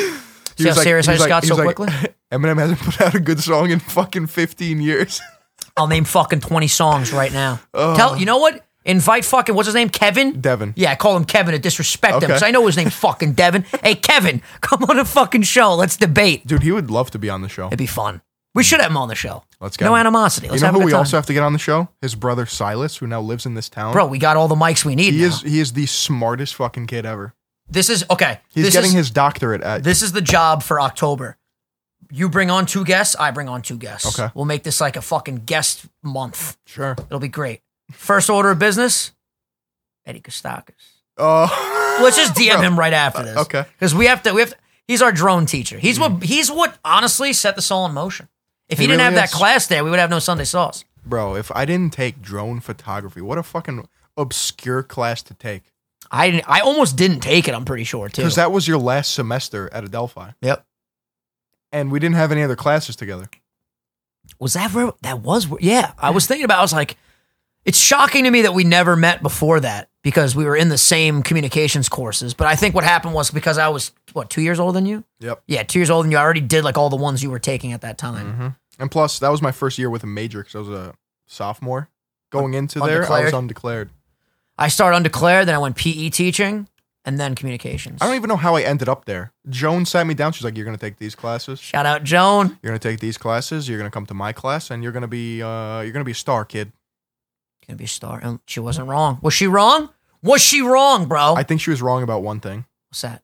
S1: See
S2: was
S1: how serious
S2: he
S1: I
S2: was
S1: just got
S2: he was
S1: so
S2: like,
S1: quickly?
S2: Eminem hasn't put out a good song in fucking 15 years.
S1: I'll name fucking twenty songs right now. Tell you know what? Invite fucking what's his name? Kevin.
S2: Oh. Devin.
S1: Yeah, I call him Kevin to disrespect him
S2: Okay.
S1: because I know his name fucking Devin. hey, Kevin, come on a fucking show. Let's debate.
S2: Dude, he would love to be on the show.
S1: It'd be fun. We should have him on the show.
S2: Let's get
S1: go. No
S2: him.
S1: animosity. Let's
S2: you know
S1: have a
S2: who
S1: good
S2: we
S1: time.
S2: also have to get on the show? His brother Silas, who now lives in this town.
S1: Bro, we got all the mics we need.
S2: he
S1: now.
S2: is he is the smartest fucking kid ever.
S1: This is okay.
S2: He's
S1: this
S2: getting
S1: is,
S2: his doctorate at.
S1: This is the job for October. You bring on two guests. I bring on two guests.
S2: Okay.
S1: We'll make this like a fucking guest month.
S2: sure.
S1: It'll be great. First order of business. Eddie Kostakis.
S2: Oh,
S1: Let's just DM
S2: Bro.
S1: him right after this.
S2: okay. Mm.
S1: Because we have to. We have. To, he's our drone teacher. He's what. He's what. Honestly, set this all in motion. If he,
S2: He
S1: didn't
S2: really
S1: have that
S2: is.
S1: class there, we would have no Sunday sauce.
S2: bro. If I didn't take drone photography, what a fucking obscure class to take.
S1: I didn't, I almost didn't take it. I'm pretty sure too.
S2: Because that was your last semester at Adelphi,
S1: yep.
S2: and we didn't have any other classes together.
S1: was that where that was where, yeah i was thinking about i was like it's shocking to me that we never met before that because we were in the same communications courses but i think what happened was because i was what two years older than you
S2: Yep.
S1: yeah two years older than you i already did like all the ones you were taking at that time
S2: And plus, that was my first year with a major because I was a sophomore. Going into there, I
S1: Undeclared.
S2: was undeclared.
S1: i started undeclared then i went pe teaching and then communications
S2: I don't even know how I ended up there. Joan sat me down. She's like, "You're gonna take these classes.
S1: shout out joan
S2: You're gonna take these classes. You're gonna come to my class, and you're gonna be uh, you're gonna be a star, kid."
S1: gonna be a star and she wasn't wrong was she wrong was she wrong bro
S2: I think she was wrong about one thing.
S1: what's that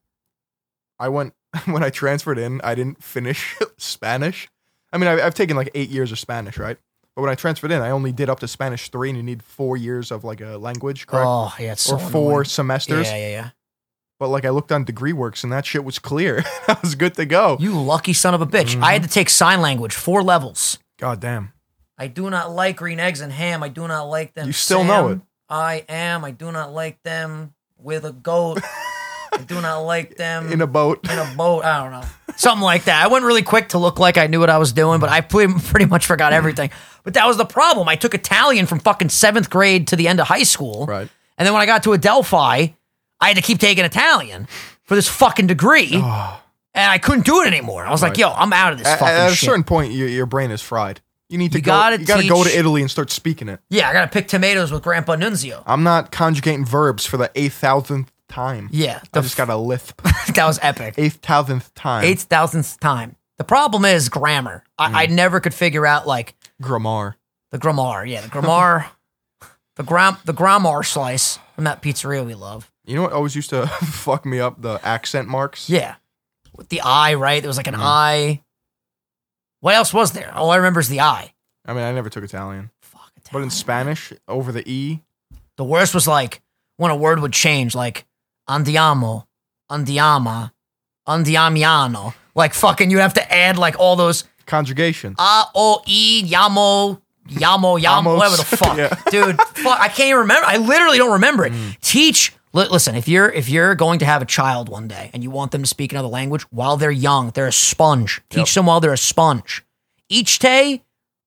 S2: I went when I transferred in. I didn't finish Spanish. I mean, I, I've taken like eight years of Spanish, right? But when I transferred in, I only did up to Spanish three, and you need four years of like a language, correct?
S1: oh yeah it's so
S2: or four
S1: annoying.
S2: semesters.
S1: yeah yeah yeah
S2: But like I looked on DegreeWorks, and that shit was clear. I was good to go.
S1: you lucky son of a bitch i had
S2: Mm-hmm.
S1: to take sign language four levels
S2: God damn.
S1: I do not like green eggs and ham. I do not like them.
S2: You still know
S1: Sam.
S2: it.
S1: I am. I do not like them with a goat. I do not like them
S2: In a boat.
S1: in a boat. I don't know. Something like that. I went really quick to look like I knew what I was doing, but I pretty pretty much forgot
S2: Mm.
S1: everything. But that was the problem. I took Italian from fucking seventh grade to the end of high school.
S2: Right.
S1: And then when I got to Adelphi, I had to keep taking Italian for this fucking degree. And I couldn't do it anymore. I was like,
S2: Oh. Right.
S1: yo, I'm out of this
S2: At,
S1: fucking
S2: at a
S1: shit.
S2: certain point, your, your brain is fried. You need to
S1: You
S2: go.
S1: gotta
S2: you gotta go to
S1: teach-
S2: Italy and start speaking it.
S1: yeah, I got to pick tomatoes with Grandpa Nunzio.
S2: I'm not conjugating verbs for the eight thousandth time.
S1: Yeah.
S2: I
S1: the
S2: just got a lisp.
S1: that was epic.
S2: Eight thousandth time.
S1: Eight thousandth time. The problem is grammar. I,
S2: Mm.
S1: I never could figure out like
S2: grammar.
S1: the grammar. Yeah, the grammar, the gram, the grammar slice from that pizzeria we love.
S2: You know what always used to fuck me up? The accent marks.
S1: Yeah, with the I right. There was like an I. What else was there? All I remember is the I.
S2: I mean, I never took Italian,
S1: Fuck.
S2: but in Spanish, over the e,
S1: The worst was like when a word would change, like andiamo, andiama, andiamiano. Like fucking, you have to add like all those.
S2: conjugation.
S1: A O E Yamo Yamo Yamo
S2: Yamos.
S1: whatever the fuck,
S2: Yeah. Mm.
S1: dude. Fuck, I can't even remember. I literally don't remember it. Teach. li- Listen, if you're if you're going to have a child one day and you want them to speak another language while they're young, they're a sponge. Teach them while they're a sponge. Ichte,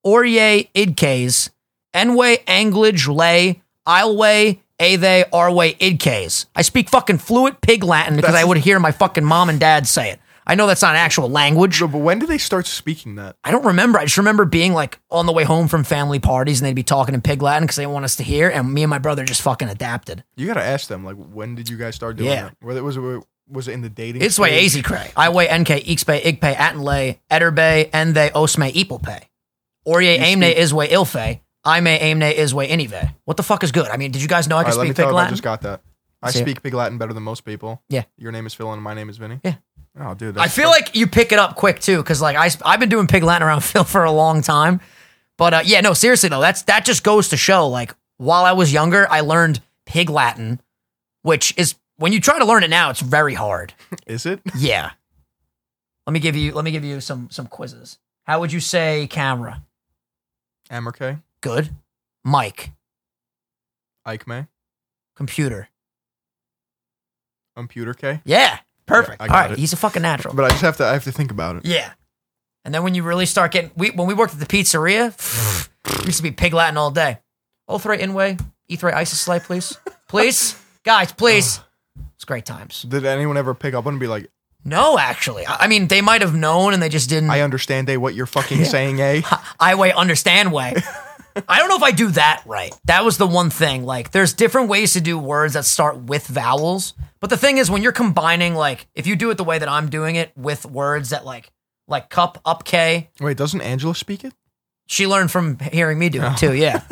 S1: Orye, Idkes, Enwe, Anglage, Lay, Ilwe, Athe, Arwe, Idkes. I speak fucking fluent pig Latin because I would hear my fucking mom and dad say it. I know that's not an actual language.
S2: No, but when did they start speaking that?
S1: I don't remember. I just remember being like on the way home from family parties and they'd be talking in pig Latin because they didn't want us to hear. And me and my brother just fucking adapted.
S2: You gotta ask them. Like, when did you guys start doing
S1: Yeah.
S2: that? Whether it was it was it in the dating?
S1: It's way
S2: stage?
S1: easy, cray. I way NK, Ixpe, Igpe, Atenle, Ederbe, Enve, Osme, Epelpe. Orye, Aimne, Iswe, Ilfe. I may Aimne, Iswe, Inive. What the fuck is good? I mean, did you guys know I
S2: All
S1: could
S2: right, let me
S1: speak
S2: tell
S1: pig
S2: you. I
S1: Latin?
S2: just got that. I
S1: See it.
S2: speak Pig Latin better than most people.
S1: Yeah.
S2: Your name is Phil and my name is Vinny.
S1: Yeah.
S2: Oh, dude.
S1: I
S2: that's-
S1: feel like you pick it up quick too, because like I I've been doing pig Latin around Phil for a long time, but uh, yeah, no, seriously though, that's that just goes to show like while I was younger, I learned pig Latin, which is when you try to learn it now, it's very hard.
S2: Is it?
S1: Yeah, Let me give you let me give you some some quizzes. How would you say camera?
S2: Amerkay,
S1: Good. Mic.
S2: Ike May,
S1: Computer.
S2: Computer K.
S1: Yeah. Perfect.
S2: I
S1: All
S2: got
S1: right.
S2: it.
S1: He's a fucking natural.
S2: But I just have to I have to think about it.
S1: Yeah. And then when you really start getting, we when we worked at the pizzeria, it used to be pig Latin all day. Oh, O3 Inway, E3 Isoslay, please. Please. Guys, please. It's great times.
S2: Did anyone ever pick up and be like,
S1: No, actually. I, I mean, they might have known and they just didn't.
S2: I
S1: I,
S2: understand A what you're fucking saying, A?
S1: way, understand way. I don't know if I do that right. That was the one thing. Like, there's different ways to do words that start with vowels. But the thing is, when you're combining, like, if you do it the way that I'm doing it with words that, like, like cup, up K,
S2: Wait, doesn't Angela speak it?
S1: she learned from hearing me do
S2: Oh.
S1: it too. Yeah,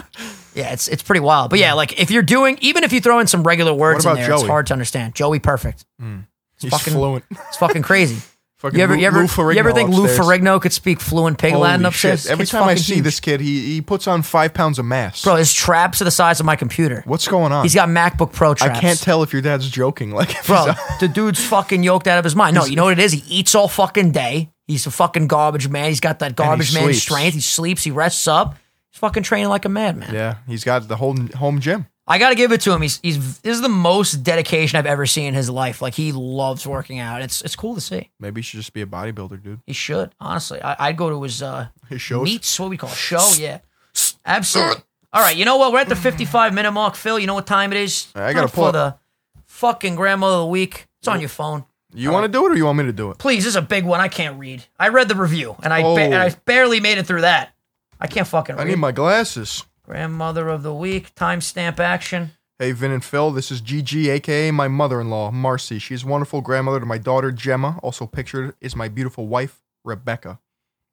S1: yeah, it's it's pretty wild. But yeah, like if you're doing, even if you throw in some regular words in
S2: about
S1: there, it's
S2: Joey?
S1: hard to understand. Joey, perfect.
S2: He's
S1: fucking-
S2: fluent.
S1: It's fucking crazy.
S2: Fucking
S1: You ever,
S2: Lou-
S1: you ever,
S2: Lou Ferrigno
S1: you ever think
S2: upstairs.
S1: Lou Ferrigno could speak fluent pig
S2: Holy
S1: Latin
S2: shit.
S1: upstairs?
S2: Every
S1: Kid's
S2: time I
S1: fucking
S2: see
S1: huge.
S2: this kid, he, he puts on five pounds of mass.
S1: bro, his traps are the size of my computer.
S2: What's going on?
S1: He's got MacBook Pro
S2: I
S1: traps.
S2: can't tell if your dad's joking. Like, if
S1: bro.
S2: he's-
S1: the dude's fucking yoked out of his mind. No, you know what it is? He eats all fucking day. He's a fucking garbage man. He's got that garbage man
S2: sleeps.
S1: strength. He sleeps. He rests up. He's fucking training like a madman.
S2: yeah, he's got the whole home gym.
S1: I got to give it to him. He's he's this is the most dedication I've ever seen in his life. Like he loves working out. It's it's cool to see.
S2: Maybe he should just be a bodybuilder, dude.
S1: He should honestly. I, I'd go to his uh
S2: His shows.
S1: meets. What we call it, show? Yeah, absolutely. All right. You know what? We're at the fifty-five minute mark, Phil. You know what time it is?
S2: right, I gotta
S1: Time
S2: pull
S1: for
S2: up.
S1: the fucking grandmother of the week. It's on your phone.
S2: You want to do it or you want me to do it?
S1: Please, this is a big one. I can't read. I read the review and I ba- and I
S2: Oh.
S1: barely made it through that. I can't fucking
S2: I
S1: read.
S2: need my glasses.
S1: grandmother of the week. Timestamp action.
S2: Hey, Vin and Phil, this is Gigi, aka my mother in law, Marcy. She's a wonderful grandmother to my daughter, Gemma. Also pictured is my beautiful wife, Rebecca.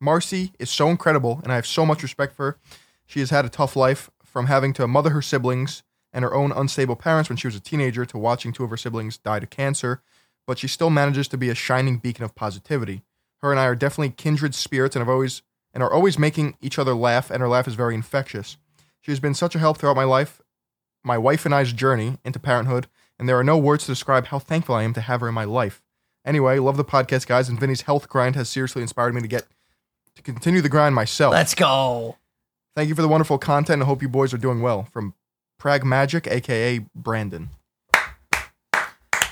S2: Marcy is so incredible, and I have so much respect for her. She has had a tough life from having to mother her siblings and her own unstable parents when she was a teenager to watching two of her siblings die to cancer, but she still manages to be a shining beacon of positivity. Her and I are definitely kindred spirits and have always and are always making each other laugh, and her laugh is very infectious. She has been such a help throughout my life, my wife and I's journey into parenthood, and there are no words to describe how thankful I am to have her in my life. Anyway, love the podcast, guys, and Vinny's health grind has seriously inspired me to get to continue the grind myself.
S1: Let's go.
S2: Thank you for the wonderful content. and I hope you boys are doing well. From Pragmagic, aka Brandon.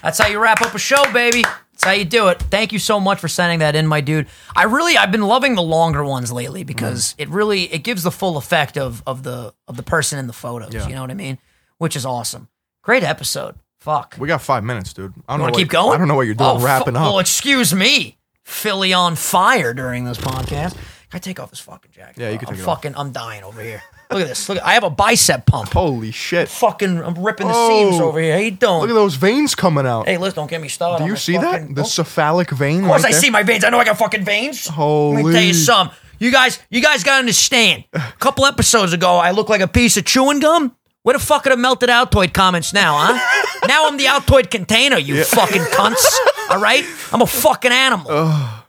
S1: That's how you wrap up a show, baby. That's how you do it. Thank you so much for sending that in, my dude. I really I've been loving the longer ones lately
S2: Mm.
S1: because it really it gives the full effect of of the of the person in the photos. You know what I mean? Which is awesome. Great episode. Fuck.
S2: We got five minutes, dude. I don't
S1: You
S2: know
S1: want
S2: what,
S1: to keep going?
S2: I don't know what you're doing.
S1: Oh, fu-
S2: wrapping up.
S1: Well, excuse me. Philly on fire during this podcast. Can I take off this fucking jacket?
S2: Yeah, you can
S1: I'm
S2: take it off.
S1: fucking, I'm dying over here. Look at this. Look, at- I have a bicep pump.
S2: Holy shit!
S1: Fucking, I'm ripping the
S2: Oh.
S1: seams over here. How you doing?
S2: Look at those veins coming out.
S1: Hey, listen, don't get me started.
S2: Do you see that? The cephalic vein.
S1: Of course,
S2: right
S1: I
S2: there?
S1: see my veins. I know I got fucking veins. Let me
S2: Holy.
S1: tell you something. You guys, you guys gotta understand. A couple episodes ago, I looked like a piece of chewing gum. Where the fuck are the melted Altoid comments now, huh? now I'm the Altoid container, you fucking cunts. All right, I'm a fucking animal.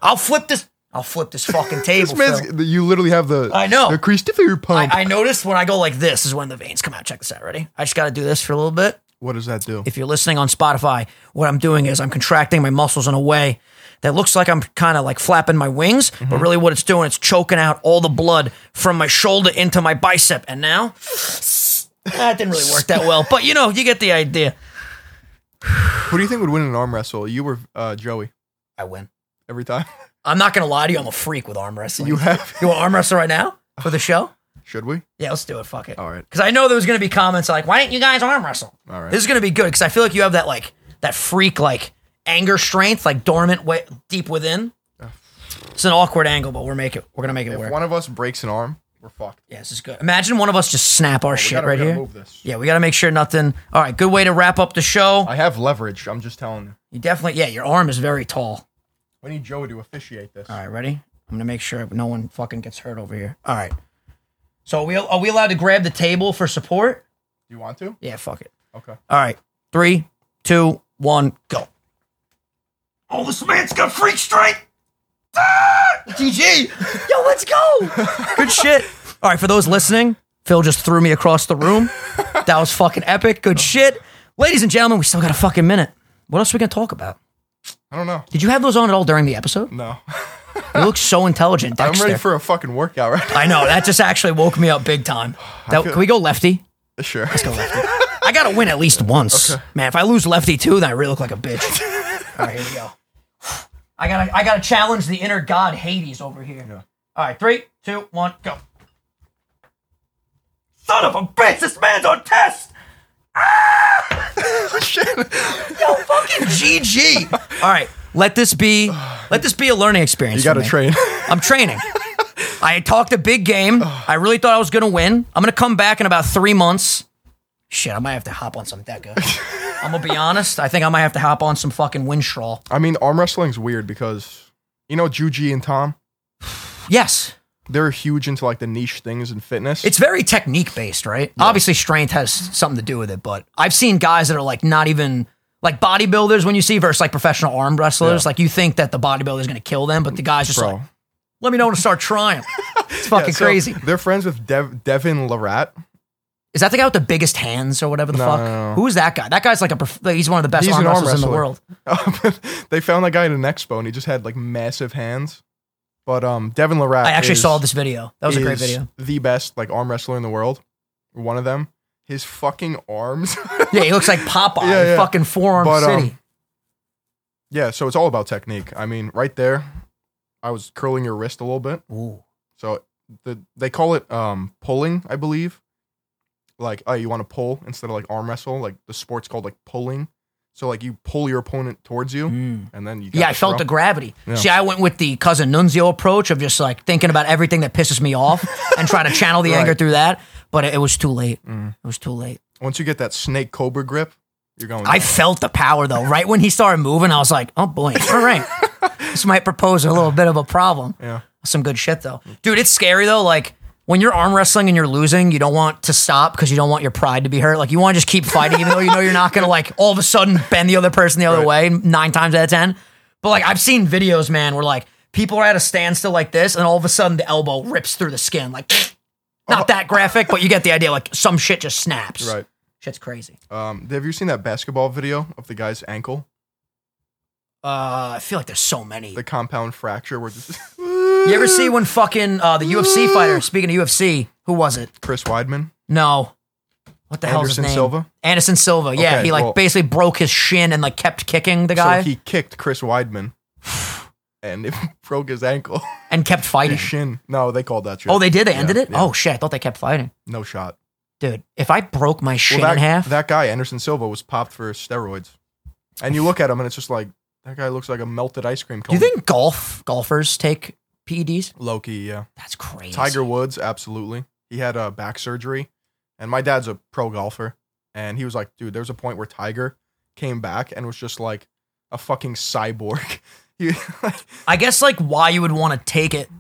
S1: I'll flip this. I'll flip this fucking table.
S2: This man's,
S1: Phil.
S2: you literally have the.
S1: I know.
S2: The Christopher pump.
S1: I, I noticed when I go like this is when the veins come out. Check this out. Ready? I just gotta do this for a little bit.
S2: what does that do?
S1: if you're listening on Spotify, what I'm doing is I'm contracting my muscles in a way that looks like I'm kind of like flapping my wings, but really what it's doing, it's choking out all the blood from my shoulder into my bicep. And now, that didn't really work that well, but you know, you get the idea.
S2: Who do you think would win in an arm wrestle? You or uh, Joey
S1: I win.
S2: every time.
S1: I'm not going to lie to you, I'm a freak with arm wrestling.
S2: You
S1: You,
S2: have.
S1: want arm wrestle right now for the show?
S2: Should we?
S1: Yeah, let's do it. Fuck it.
S2: All right.
S1: Because I know there's going to be comments like, why didn't you guys arm wrestle?
S2: All right.
S1: This is going to be good because I feel like you have that like that freak like anger strength like dormant way deep within. It's an awkward angle, but we're make it. We're gonna make it
S2: If
S1: work.
S2: one of us breaks an arm, we're fucked.
S1: yeah, this is good. Imagine one of us just snap our
S2: Oh, We
S1: shit
S2: gotta,
S1: right
S2: we gotta
S1: here.
S2: move this.
S1: Yeah, we gotta make sure nothing. All right, good way to wrap up the show.
S2: I have leverage. I'm just telling you.
S1: You definitely. Yeah, your arm is very tall.
S2: We need Joey to officiate this.
S1: All right, ready? I'm gonna make sure no one fucking gets hurt over here. All right. So are we are we allowed to grab the table for support?
S2: Do you want to?
S1: Yeah, fuck it.
S2: Okay.
S1: All right, three, two, one, go. Oh, this man's got freak strength. Ah! GG. Yo, let's go. Good shit. All right, for those listening, Phil just threw me across the room.
S2: Oh.
S1: That was fucking epic. Good shit. Ladies and gentlemen, we still got a fucking minute. What else we gonna talk about?
S2: I don't know.
S1: Did you have those on at all during the episode?
S2: No.
S1: You look so intelligent,
S2: I'm
S1: Dexter.
S2: ready for a fucking workout right
S1: I know that just actually woke me up big time. That-
S2: feel-
S1: can we go lefty?
S2: now. Sure.
S1: I gotta win at least once, man. If I lose lefty too, then I really look like a bitch. all right, here we go. I gotta, I gotta challenge the inner god Hades over here. All right, three, two, one, go. Son of a bitch! This man's on test. Yo, fucking GG. All right, let this be, let this be a learning experience.
S2: You got to
S1: for me.
S2: train.
S1: I'm training. I had talked a big game. I really thought I was going to win. I'm going to come back in about three months. Shit, I might have to hop on some Deca. I'm going to be honest. I think I might have to hop on some fucking Winstraw.
S2: I mean, arm wrestling's weird because you know Juji and Tom,
S1: Yes.
S2: they're huge into like the niche things in fitness.
S1: It's very technique based, right? Obviously, strength has something to do with it, but I've seen guys that are like not even like bodybuilders when you see versus like professional arm wrestlers. Like you think that the bodybuilder's going to kill them, but the guy's just
S2: bro.
S1: like, let me know when to start trying. It's fucking
S2: So,
S1: crazy.
S2: They're friends with Dev- Devin Larat.
S1: Is that the guy with the biggest hands or whatever the
S2: No,
S1: fuck?
S2: no, no.
S1: Who's that guy? That guy's like a prof- like, he's one of the best
S2: He's
S1: arm
S2: an arm
S1: wrestlers in the
S2: wrestler.
S1: world.
S2: they found that guy at an expo and he just had like massive hands. But um, Devin Larat.
S1: I actually
S2: is-
S1: saw this video. That was a great
S2: is
S1: video.
S2: The best like arm wrestler in the world. One of them. His fucking arms.
S1: Yeah, he looks like Popeye,
S2: Yeah, yeah.
S1: fucking forearm
S2: But, um,
S1: city.
S2: yeah, so it's all about technique. I mean, right there, I was curling your wrist a little bit.
S1: Ooh.
S2: So the they call it um pulling, I believe. Like, oh, you want to pull instead of like arm wrestle. Like the sport's called like pulling. So like you pull your opponent towards you, and then you.
S1: Mm. Yeah, I felt the gravity. See, I went with the cousin Nunzio approach of just like thinking about everything that pisses me off and trying to channel the anger
S2: Right. Mm.
S1: through that. But it, it was too late. It was too late.
S2: Once you get that snake cobra grip, you're going.
S1: I felt the power though. Right when he started moving, I was like, oh boy, all right. this might propose a little bit of a problem.
S2: Yeah.
S1: Some good shit though. Dude, it's scary though. Like when you're arm wrestling and you're losing, you don't want to stop because you don't want your pride to be hurt. Like you want to just keep fighting, even though you know you're not gonna like all of a sudden bend the other person the other way nine times out of ten. But like I've seen videos, man, where like people are at a standstill like this, and all of a sudden the elbow rips through the skin. Like not that graphic, but you get the idea. Like some shit just snaps.
S2: Uh-huh. right.
S1: Shit's crazy.
S2: Um, have you seen that basketball video of the guy's ankle,
S1: Uh, I feel like there's so many.
S2: the compound fracture, where just
S1: You ever see when fucking uh, the UFC fighter? Speaking of UFC, who was it?
S2: Chris Weidman?
S1: No, what the hell's his
S2: Anderson
S1: name?
S2: Silva?
S1: Anderson Silva. Yeah,
S2: Okay,
S1: he like
S2: well-
S1: basically broke his shin and like kept kicking the guy
S2: So he kicked Chris Weidman, and it broke his ankle,
S1: and kept
S2: his
S1: fighting.
S2: shin. No, they called that shit.
S1: Oh, they did. They ended it.
S2: yeah.
S1: Oh shit! I thought they kept fighting,
S2: no shot.
S1: dude. If I broke my shin
S2: Well, that,
S1: in half,
S2: that guy Anderson Silva was popped for steroids, and you look at him and it's just like that guy looks like a melted ice cream
S1: do
S2: cone.
S1: you think golf golfers take PEDs?
S2: Loki? Yeah,
S1: That's crazy.
S2: Tiger Woods, absolutely. He had a back surgery, and my dad's a pro golfer, and he was like, dude, there's a point where Tiger came back and was just like a fucking cyborg. He-
S1: I guess like why you would want to take it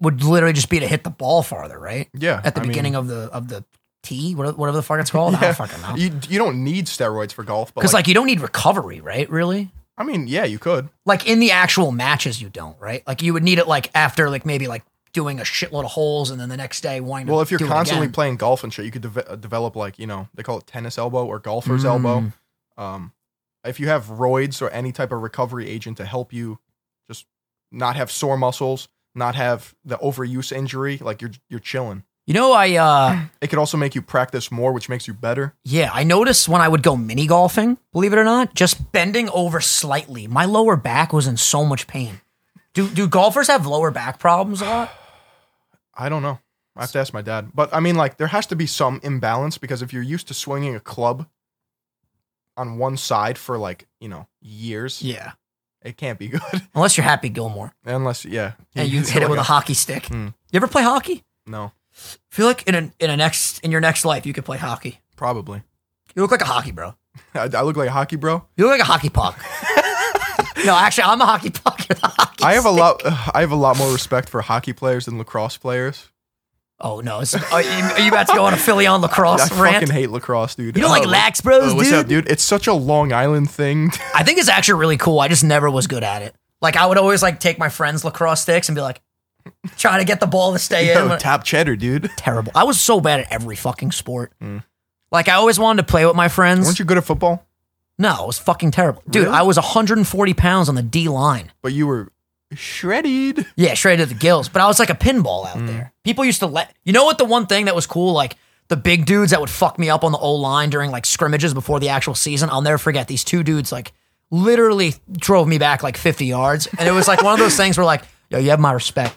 S1: would literally just be to hit the ball farther, right?
S2: yeah,
S1: At the beginning of the of the tee, whatever whatever the fuck it's called. I
S2: Yeah.
S1: don't fucking know.
S2: you you don't need steroids for golf, but
S1: Because
S2: like,
S1: like you don't need recovery, right? Really?
S2: I mean, yeah, you could.
S1: like in the actual matches you don't right like you would need it like after like maybe like doing a shitload of holes and then the next day wanting to
S2: Well, if you're
S1: do it
S2: constantly
S1: again.
S2: playing golf and shit, you could deve- uh, develop like you know they call it tennis elbow or
S1: Mm.
S2: golfer's elbow. Um, if you have roids or any type of recovery agent to help you, just not have sore muscles, not have the overuse injury, like you're you're chilling.
S1: you know i uh
S2: It could also make you practice more, which makes you better.
S1: yeah i noticed when i would go mini golfing believe it or not just bending over slightly my lower back was in so much pain do do golfers have lower back problems a lot
S2: I don't know. I have to ask my dad, but I mean, like there has to be some imbalance because if you're used to swinging a club on one side for like you know years,
S1: yeah
S2: it can't be good
S1: unless you're happy gilmore
S2: unless yeah.
S1: and you hit it with a hockey stick
S2: Hmm.
S1: you ever play hockey
S2: no,
S1: I feel like in a, in a next in your next life you could play hockey
S2: probably.
S1: you look like a hockey bro
S2: I, I look like a hockey bro.
S1: you look like a hockey puck no actually i'm a hockey puck you're the hockey
S2: I have a lot. I have a lot more respect for hockey players than lacrosse players.
S1: Oh no! It's, are, you, are you about to go on a Philly on
S2: I
S1: lacrosse rant?
S2: fucking hate lacrosse, dude.
S1: You don't like
S2: Oh,
S1: lax bros,
S2: oh, what's
S1: dude?
S2: up, dude? It's such a Long Island thing.
S1: I think it's actually really cool. I just never was good at it. Like I would always like take my friends' lacrosse sticks and be like, trying to get the ball to stay in.
S2: Yo,
S1: When-
S2: top cheddar, dude.
S1: terrible. I
S2: Mm.
S1: was so bad at every fucking sport. Like I always wanted to play with my friends.
S2: Weren't you good at football?
S1: No, it was fucking terrible. Dude,
S2: Really?
S1: I was 140 pounds on the D line.
S2: But you were shredded.
S1: Yeah, straight to the gills. But I was like a pinball
S2: Mm.
S1: out there. People used to let you know what the one thing that was cool, like the big dudes that would fuck me up on the O line during like scrimmages before the actual season. I'll never forget these two dudes like literally drove me back like 50 yards. And it was like one of those things where like, yo, you have my respect.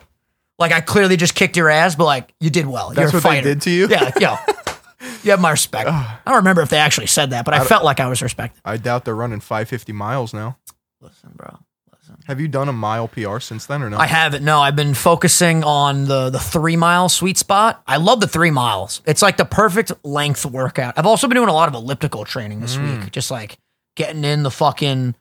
S1: Like I clearly just kicked your ass, but like you did well.
S2: That's
S1: You're a
S2: what they
S1: fighter.
S2: did to you?
S1: Yeah, like, yo. You have my respect. I don't remember if they actually said that, but I, felt like I was respected.
S2: I doubt they're running 550 miles now.
S1: Listen, bro.
S2: Have you done a mile PR since then or no?
S1: I haven't. No, I've been focusing on the the three mile sweet spot. I love the three miles. It's like the perfect length workout. I've also been doing a lot of elliptical training this week, just like getting in the fucking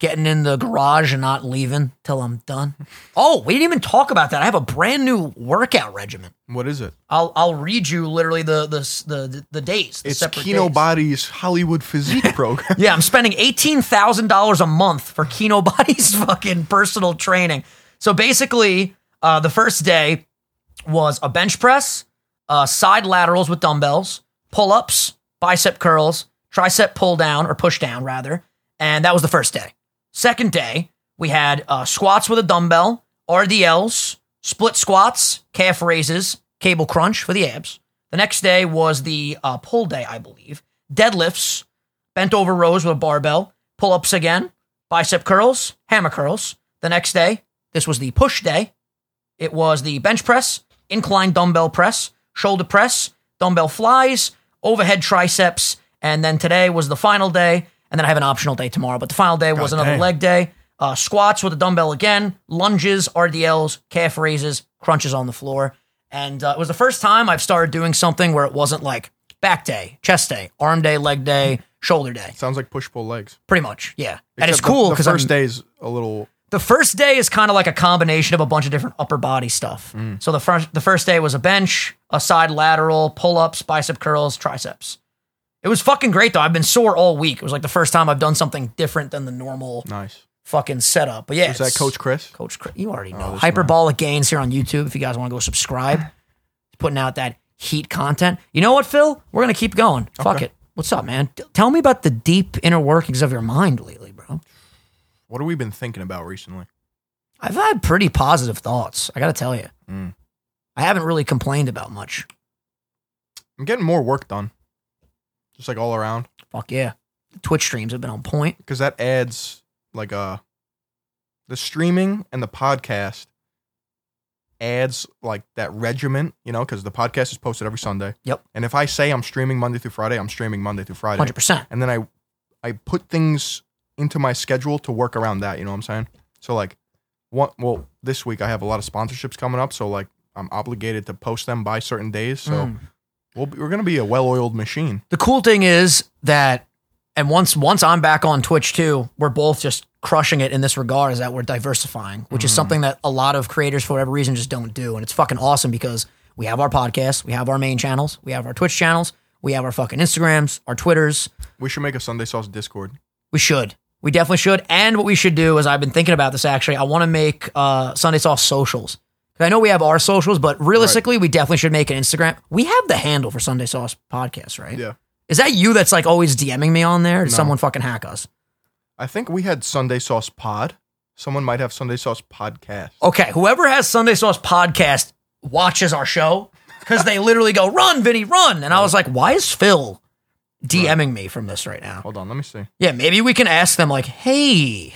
S1: getting in the garage and not leaving till I'm done. Oh, we didn't even talk about that. I have a brand new workout regimen.
S2: what is it?
S1: I'll I'll read you literally the the the, the days. The
S2: It's
S1: separate
S2: Kino
S1: days.
S2: Body's Hollywood Physique Program.
S1: Yeah, I'm spending eighteen thousand dollars a month for Kino Body's fucking personal training. So basically, uh, the first day was a bench press, uh, side laterals with dumbbells, pull ups, bicep curls, tricep pull down or push down rather, and that was the first day. Second day, we had uh, squats with a dumbbell, RDLs, split squats, calf raises, cable crunch for the abs. The next day was the uh, pull day, I believe. Deadlifts, bent over rows with a barbell, pull ups again, bicep curls, hammer curls. The next day, this was the push day. It was the bench press, incline dumbbell press, shoulder press, dumbbell flies, overhead triceps, and then today was the final day. And then I have an optional day tomorrow, but the final day was
S2: God
S1: another
S2: damn.
S1: leg day. Uh, squats with a dumbbell again, lunges, RDLs, calf raises, crunches on the floor. And uh, it was the first time I've started doing something where it wasn't like back day, chest day, arm day, leg day, shoulder day.
S2: Sounds like push pull legs.
S1: Pretty much, yeah. and it's
S2: Except the-
S1: cool
S2: The,
S1: because
S2: first day's a little.
S1: the first day is kind of like a combination of a bunch of different upper body stuff.
S2: Mm.
S1: So the first the first day was a bench, a side lateral, pull ups, bicep curls, triceps. It was fucking great though. I've been sore all week. It was like the first time I've done something different than the normal
S2: Nice.
S1: fucking setup. But yeah,
S2: Is that
S1: it's-
S2: Coach Chris?
S1: Coach Chris, you already know.
S2: this
S1: Hyperbolic Gains here on YouTube. If you guys want to go subscribe, He's putting out that heat content. You know what, Phil? We're gonna keep going. Fuck it. What's up, man? T- tell me about the deep inner workings of your mind lately, bro.
S2: What have we been thinking about recently?
S1: I've had pretty positive thoughts. I gotta tell you,
S2: Mm.
S1: I haven't really complained about much.
S2: I'm getting more work done, just like all around,
S1: Fuck yeah. Twitch streams have been on point.
S2: because that adds like uh the streaming and the podcast adds like that regiment, you know, because the podcast is posted every Sunday.
S1: Yep.
S2: And if I say I'm streaming Monday through Friday, I'm streaming Monday through Friday,
S1: Hundred percent.
S2: and then I I put things into my schedule to work around that. You know what I'm saying? So like, what? Well, this week I have a lot of sponsorships coming up, so like I'm obligated to post them by certain days. So. We'll be, we're gonna be a well-oiled machine.
S1: The cool thing is that, and once once I'm back on Twitch too, we're both just crushing it in this regard. Is that we're diversifying, which is something that a lot of creators for whatever reason just don't do, and it's fucking awesome because we have our podcast, we have our main channels, we have our Twitch channels, we have our fucking Instagrams, our Twitters.
S2: We should make a Sunday Sauce Discord.
S1: We should. We definitely should. And what we should do is I've been thinking about this actually. I want to make uh, Sunday Sauce socials. 'Cause I know we have our socials, but realistically, we definitely should make an Instagram. We have the handle for Sunday Sauce podcast, right?
S2: Yeah.
S1: Is that you that's like always DMing me on there? Did someone fucking hack us?
S2: I think we had Sunday Sauce Pod. Someone might have Sunday Sauce Podcast.
S1: Okay, whoever has Sunday Sauce podcast watches our show because they literally go, "Run, Vinny, run!" And I was like, "Why is Phil DMing me from this right now?"
S2: Hold on, let me see.
S1: Yeah, maybe we can ask them like, "Hey,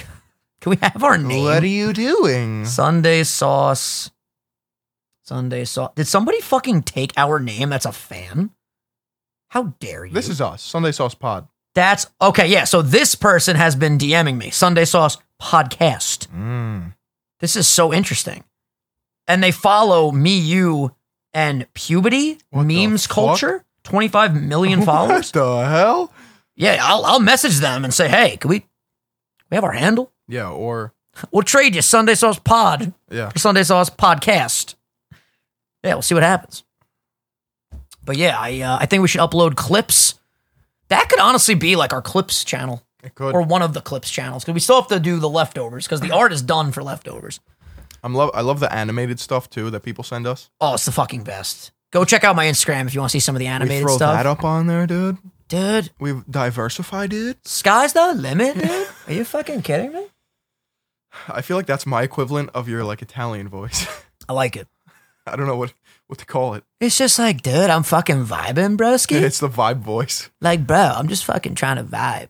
S1: can we have our name?"
S2: What are you doing?
S1: Mm-hmm. Sunday sauce. Sunday sauce. Did somebody fucking take our name? That's a fan. How dare you?
S2: This is us, Sunday Sauce Pod.
S1: that's okay. Yeah. So this person has been DMing me Sunday sauce podcast.
S2: Mm.
S1: This is so interesting. And they follow me, you, and puberty
S2: What the
S1: memes
S2: fuck?
S1: culture. Twenty five million followers.
S2: What the hell?
S1: Yeah, I'll I'll message them and say, hey, can we we have our handle?
S2: Yeah, or
S1: We'll trade you Sunday sauce pod
S2: yeah,
S1: Sunday Sauce podcast. Yeah, we'll see what happens. But yeah, I uh, I think we should upload clips. That could honestly be like our clips channel
S2: it could.
S1: or one of the clips channels because we still have to do the leftovers because the art is done for leftovers.
S2: I'm love. I love the animated stuff too that people send us.
S1: Oh, it's the fucking best. Go check out my Instagram if you want to see some of the
S2: We
S1: animated
S2: throw
S1: stuff,
S2: that up on there, dude.
S1: dude.
S2: We've diversified it.
S1: Sky's the limit, dude. Are you fucking kidding me?
S2: I feel like that's my equivalent of your like Italian voice.
S1: I like it.
S2: I don't know what what to call it.
S1: It's just like, dude, I'm fucking vibing, broski.
S2: It's the vibe voice.
S1: like, bro, I'm just fucking trying to vibe.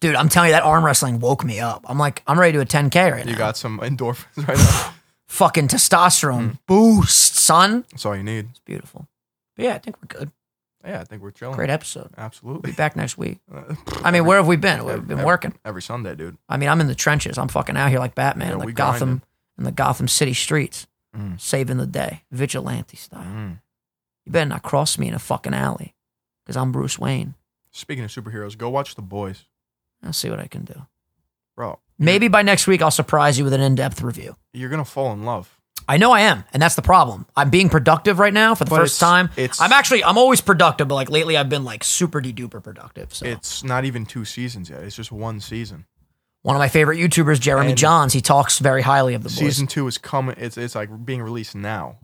S1: Dude, I'm telling you, that arm wrestling woke me up. I'm like, I'm ready to do a 10K right
S2: You
S1: now.
S2: got some endorphins right now.
S1: fucking testosterone boost, son.
S2: That's all you need.
S1: Mm. It's beautiful. But yeah, I think we're good.
S2: Yeah, I think we're chilling.
S1: Great episode.
S2: Absolutely.
S1: Be back next week.
S2: Uh,
S1: I mean, where have we been? We've been
S2: every-
S1: working.
S2: every Sunday, dude.
S1: I mean, I'm in the trenches. I'm fucking out here like Batman
S2: Yeah,
S1: in the
S2: we
S1: Gotham
S2: grinding.
S1: in the Gotham City streets,
S2: Mm.
S1: saving the day, vigilante style.
S2: Mm.
S1: You better not cross me in a fucking alley, because I'm Bruce Wayne.
S2: Speaking of superheroes, go watch The Boys,
S1: I'll see what I can do.
S2: bro.
S1: Maybe by next week I'll surprise you with an in-depth review.
S2: You're gonna fall in love.
S1: I know I am, and that's the problem. I'm being productive right now for the
S2: But
S1: first
S2: it's-
S1: time.
S2: it's-
S1: I'm actually I'm always productive, but like lately I've been like super de duper productive. So
S2: It's not even two seasons yet. It's just one season.
S1: one of my favorite YouTubers, Jeremy
S2: And-
S1: Johns, he talks very highly of the boys.
S2: Season two is coming. It's it's like being released now.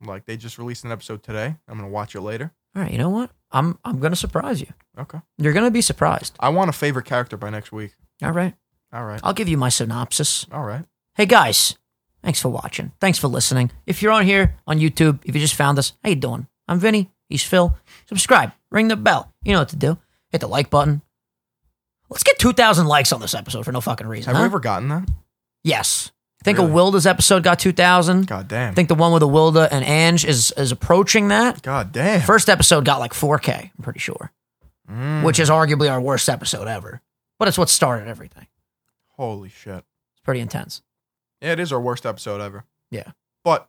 S2: Like they just released an episode today. I'm gonna watch it later.
S1: All right, you know what? I'm I'm gonna surprise you.
S2: Okay.
S1: You're gonna be surprised.
S2: I want a favorite character by next week.
S1: All right.
S2: All right.
S1: I'll give you my synopsis.
S2: All right.
S1: Hey guys, thanks for watching. Thanks for listening. If you're on here on YouTube, if you just found us, how you doing? I'm Vinny. He's Phil. Subscribe. Ring the bell. You know what to do. Hit the like button. Let's get 2,000 likes on this episode for no fucking reason.
S2: Have we
S1: huh?
S2: ever gotten that?
S1: Yes. I think a
S2: Really?
S1: Wilda's episode got 2,000.
S2: God
S1: I
S2: damn.
S1: think the one with a Wilda and Ange is is approaching that.
S2: God damn.
S1: First episode got like 4K, I'm pretty sure,
S2: Mm.
S1: which is arguably our worst episode ever. But it's what started everything.
S2: Holy shit.
S1: It's pretty intense.
S2: Yeah, it is our worst episode ever.
S1: Yeah.
S2: But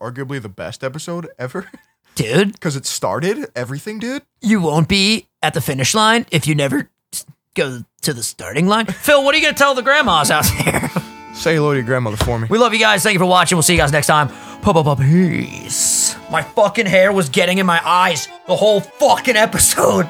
S2: arguably the best episode ever
S1: Dude,
S2: because it started everything, dude.
S1: you won't be at the finish line if you never s- go to the starting line. Phil, what are you going to tell the grandmas out there?
S2: Say hello to your grandmother for me.
S1: we love you guys. Thank you for watching. We'll see you guys next time. Papa peace. My fucking hair was getting in my eyes the whole fucking episode.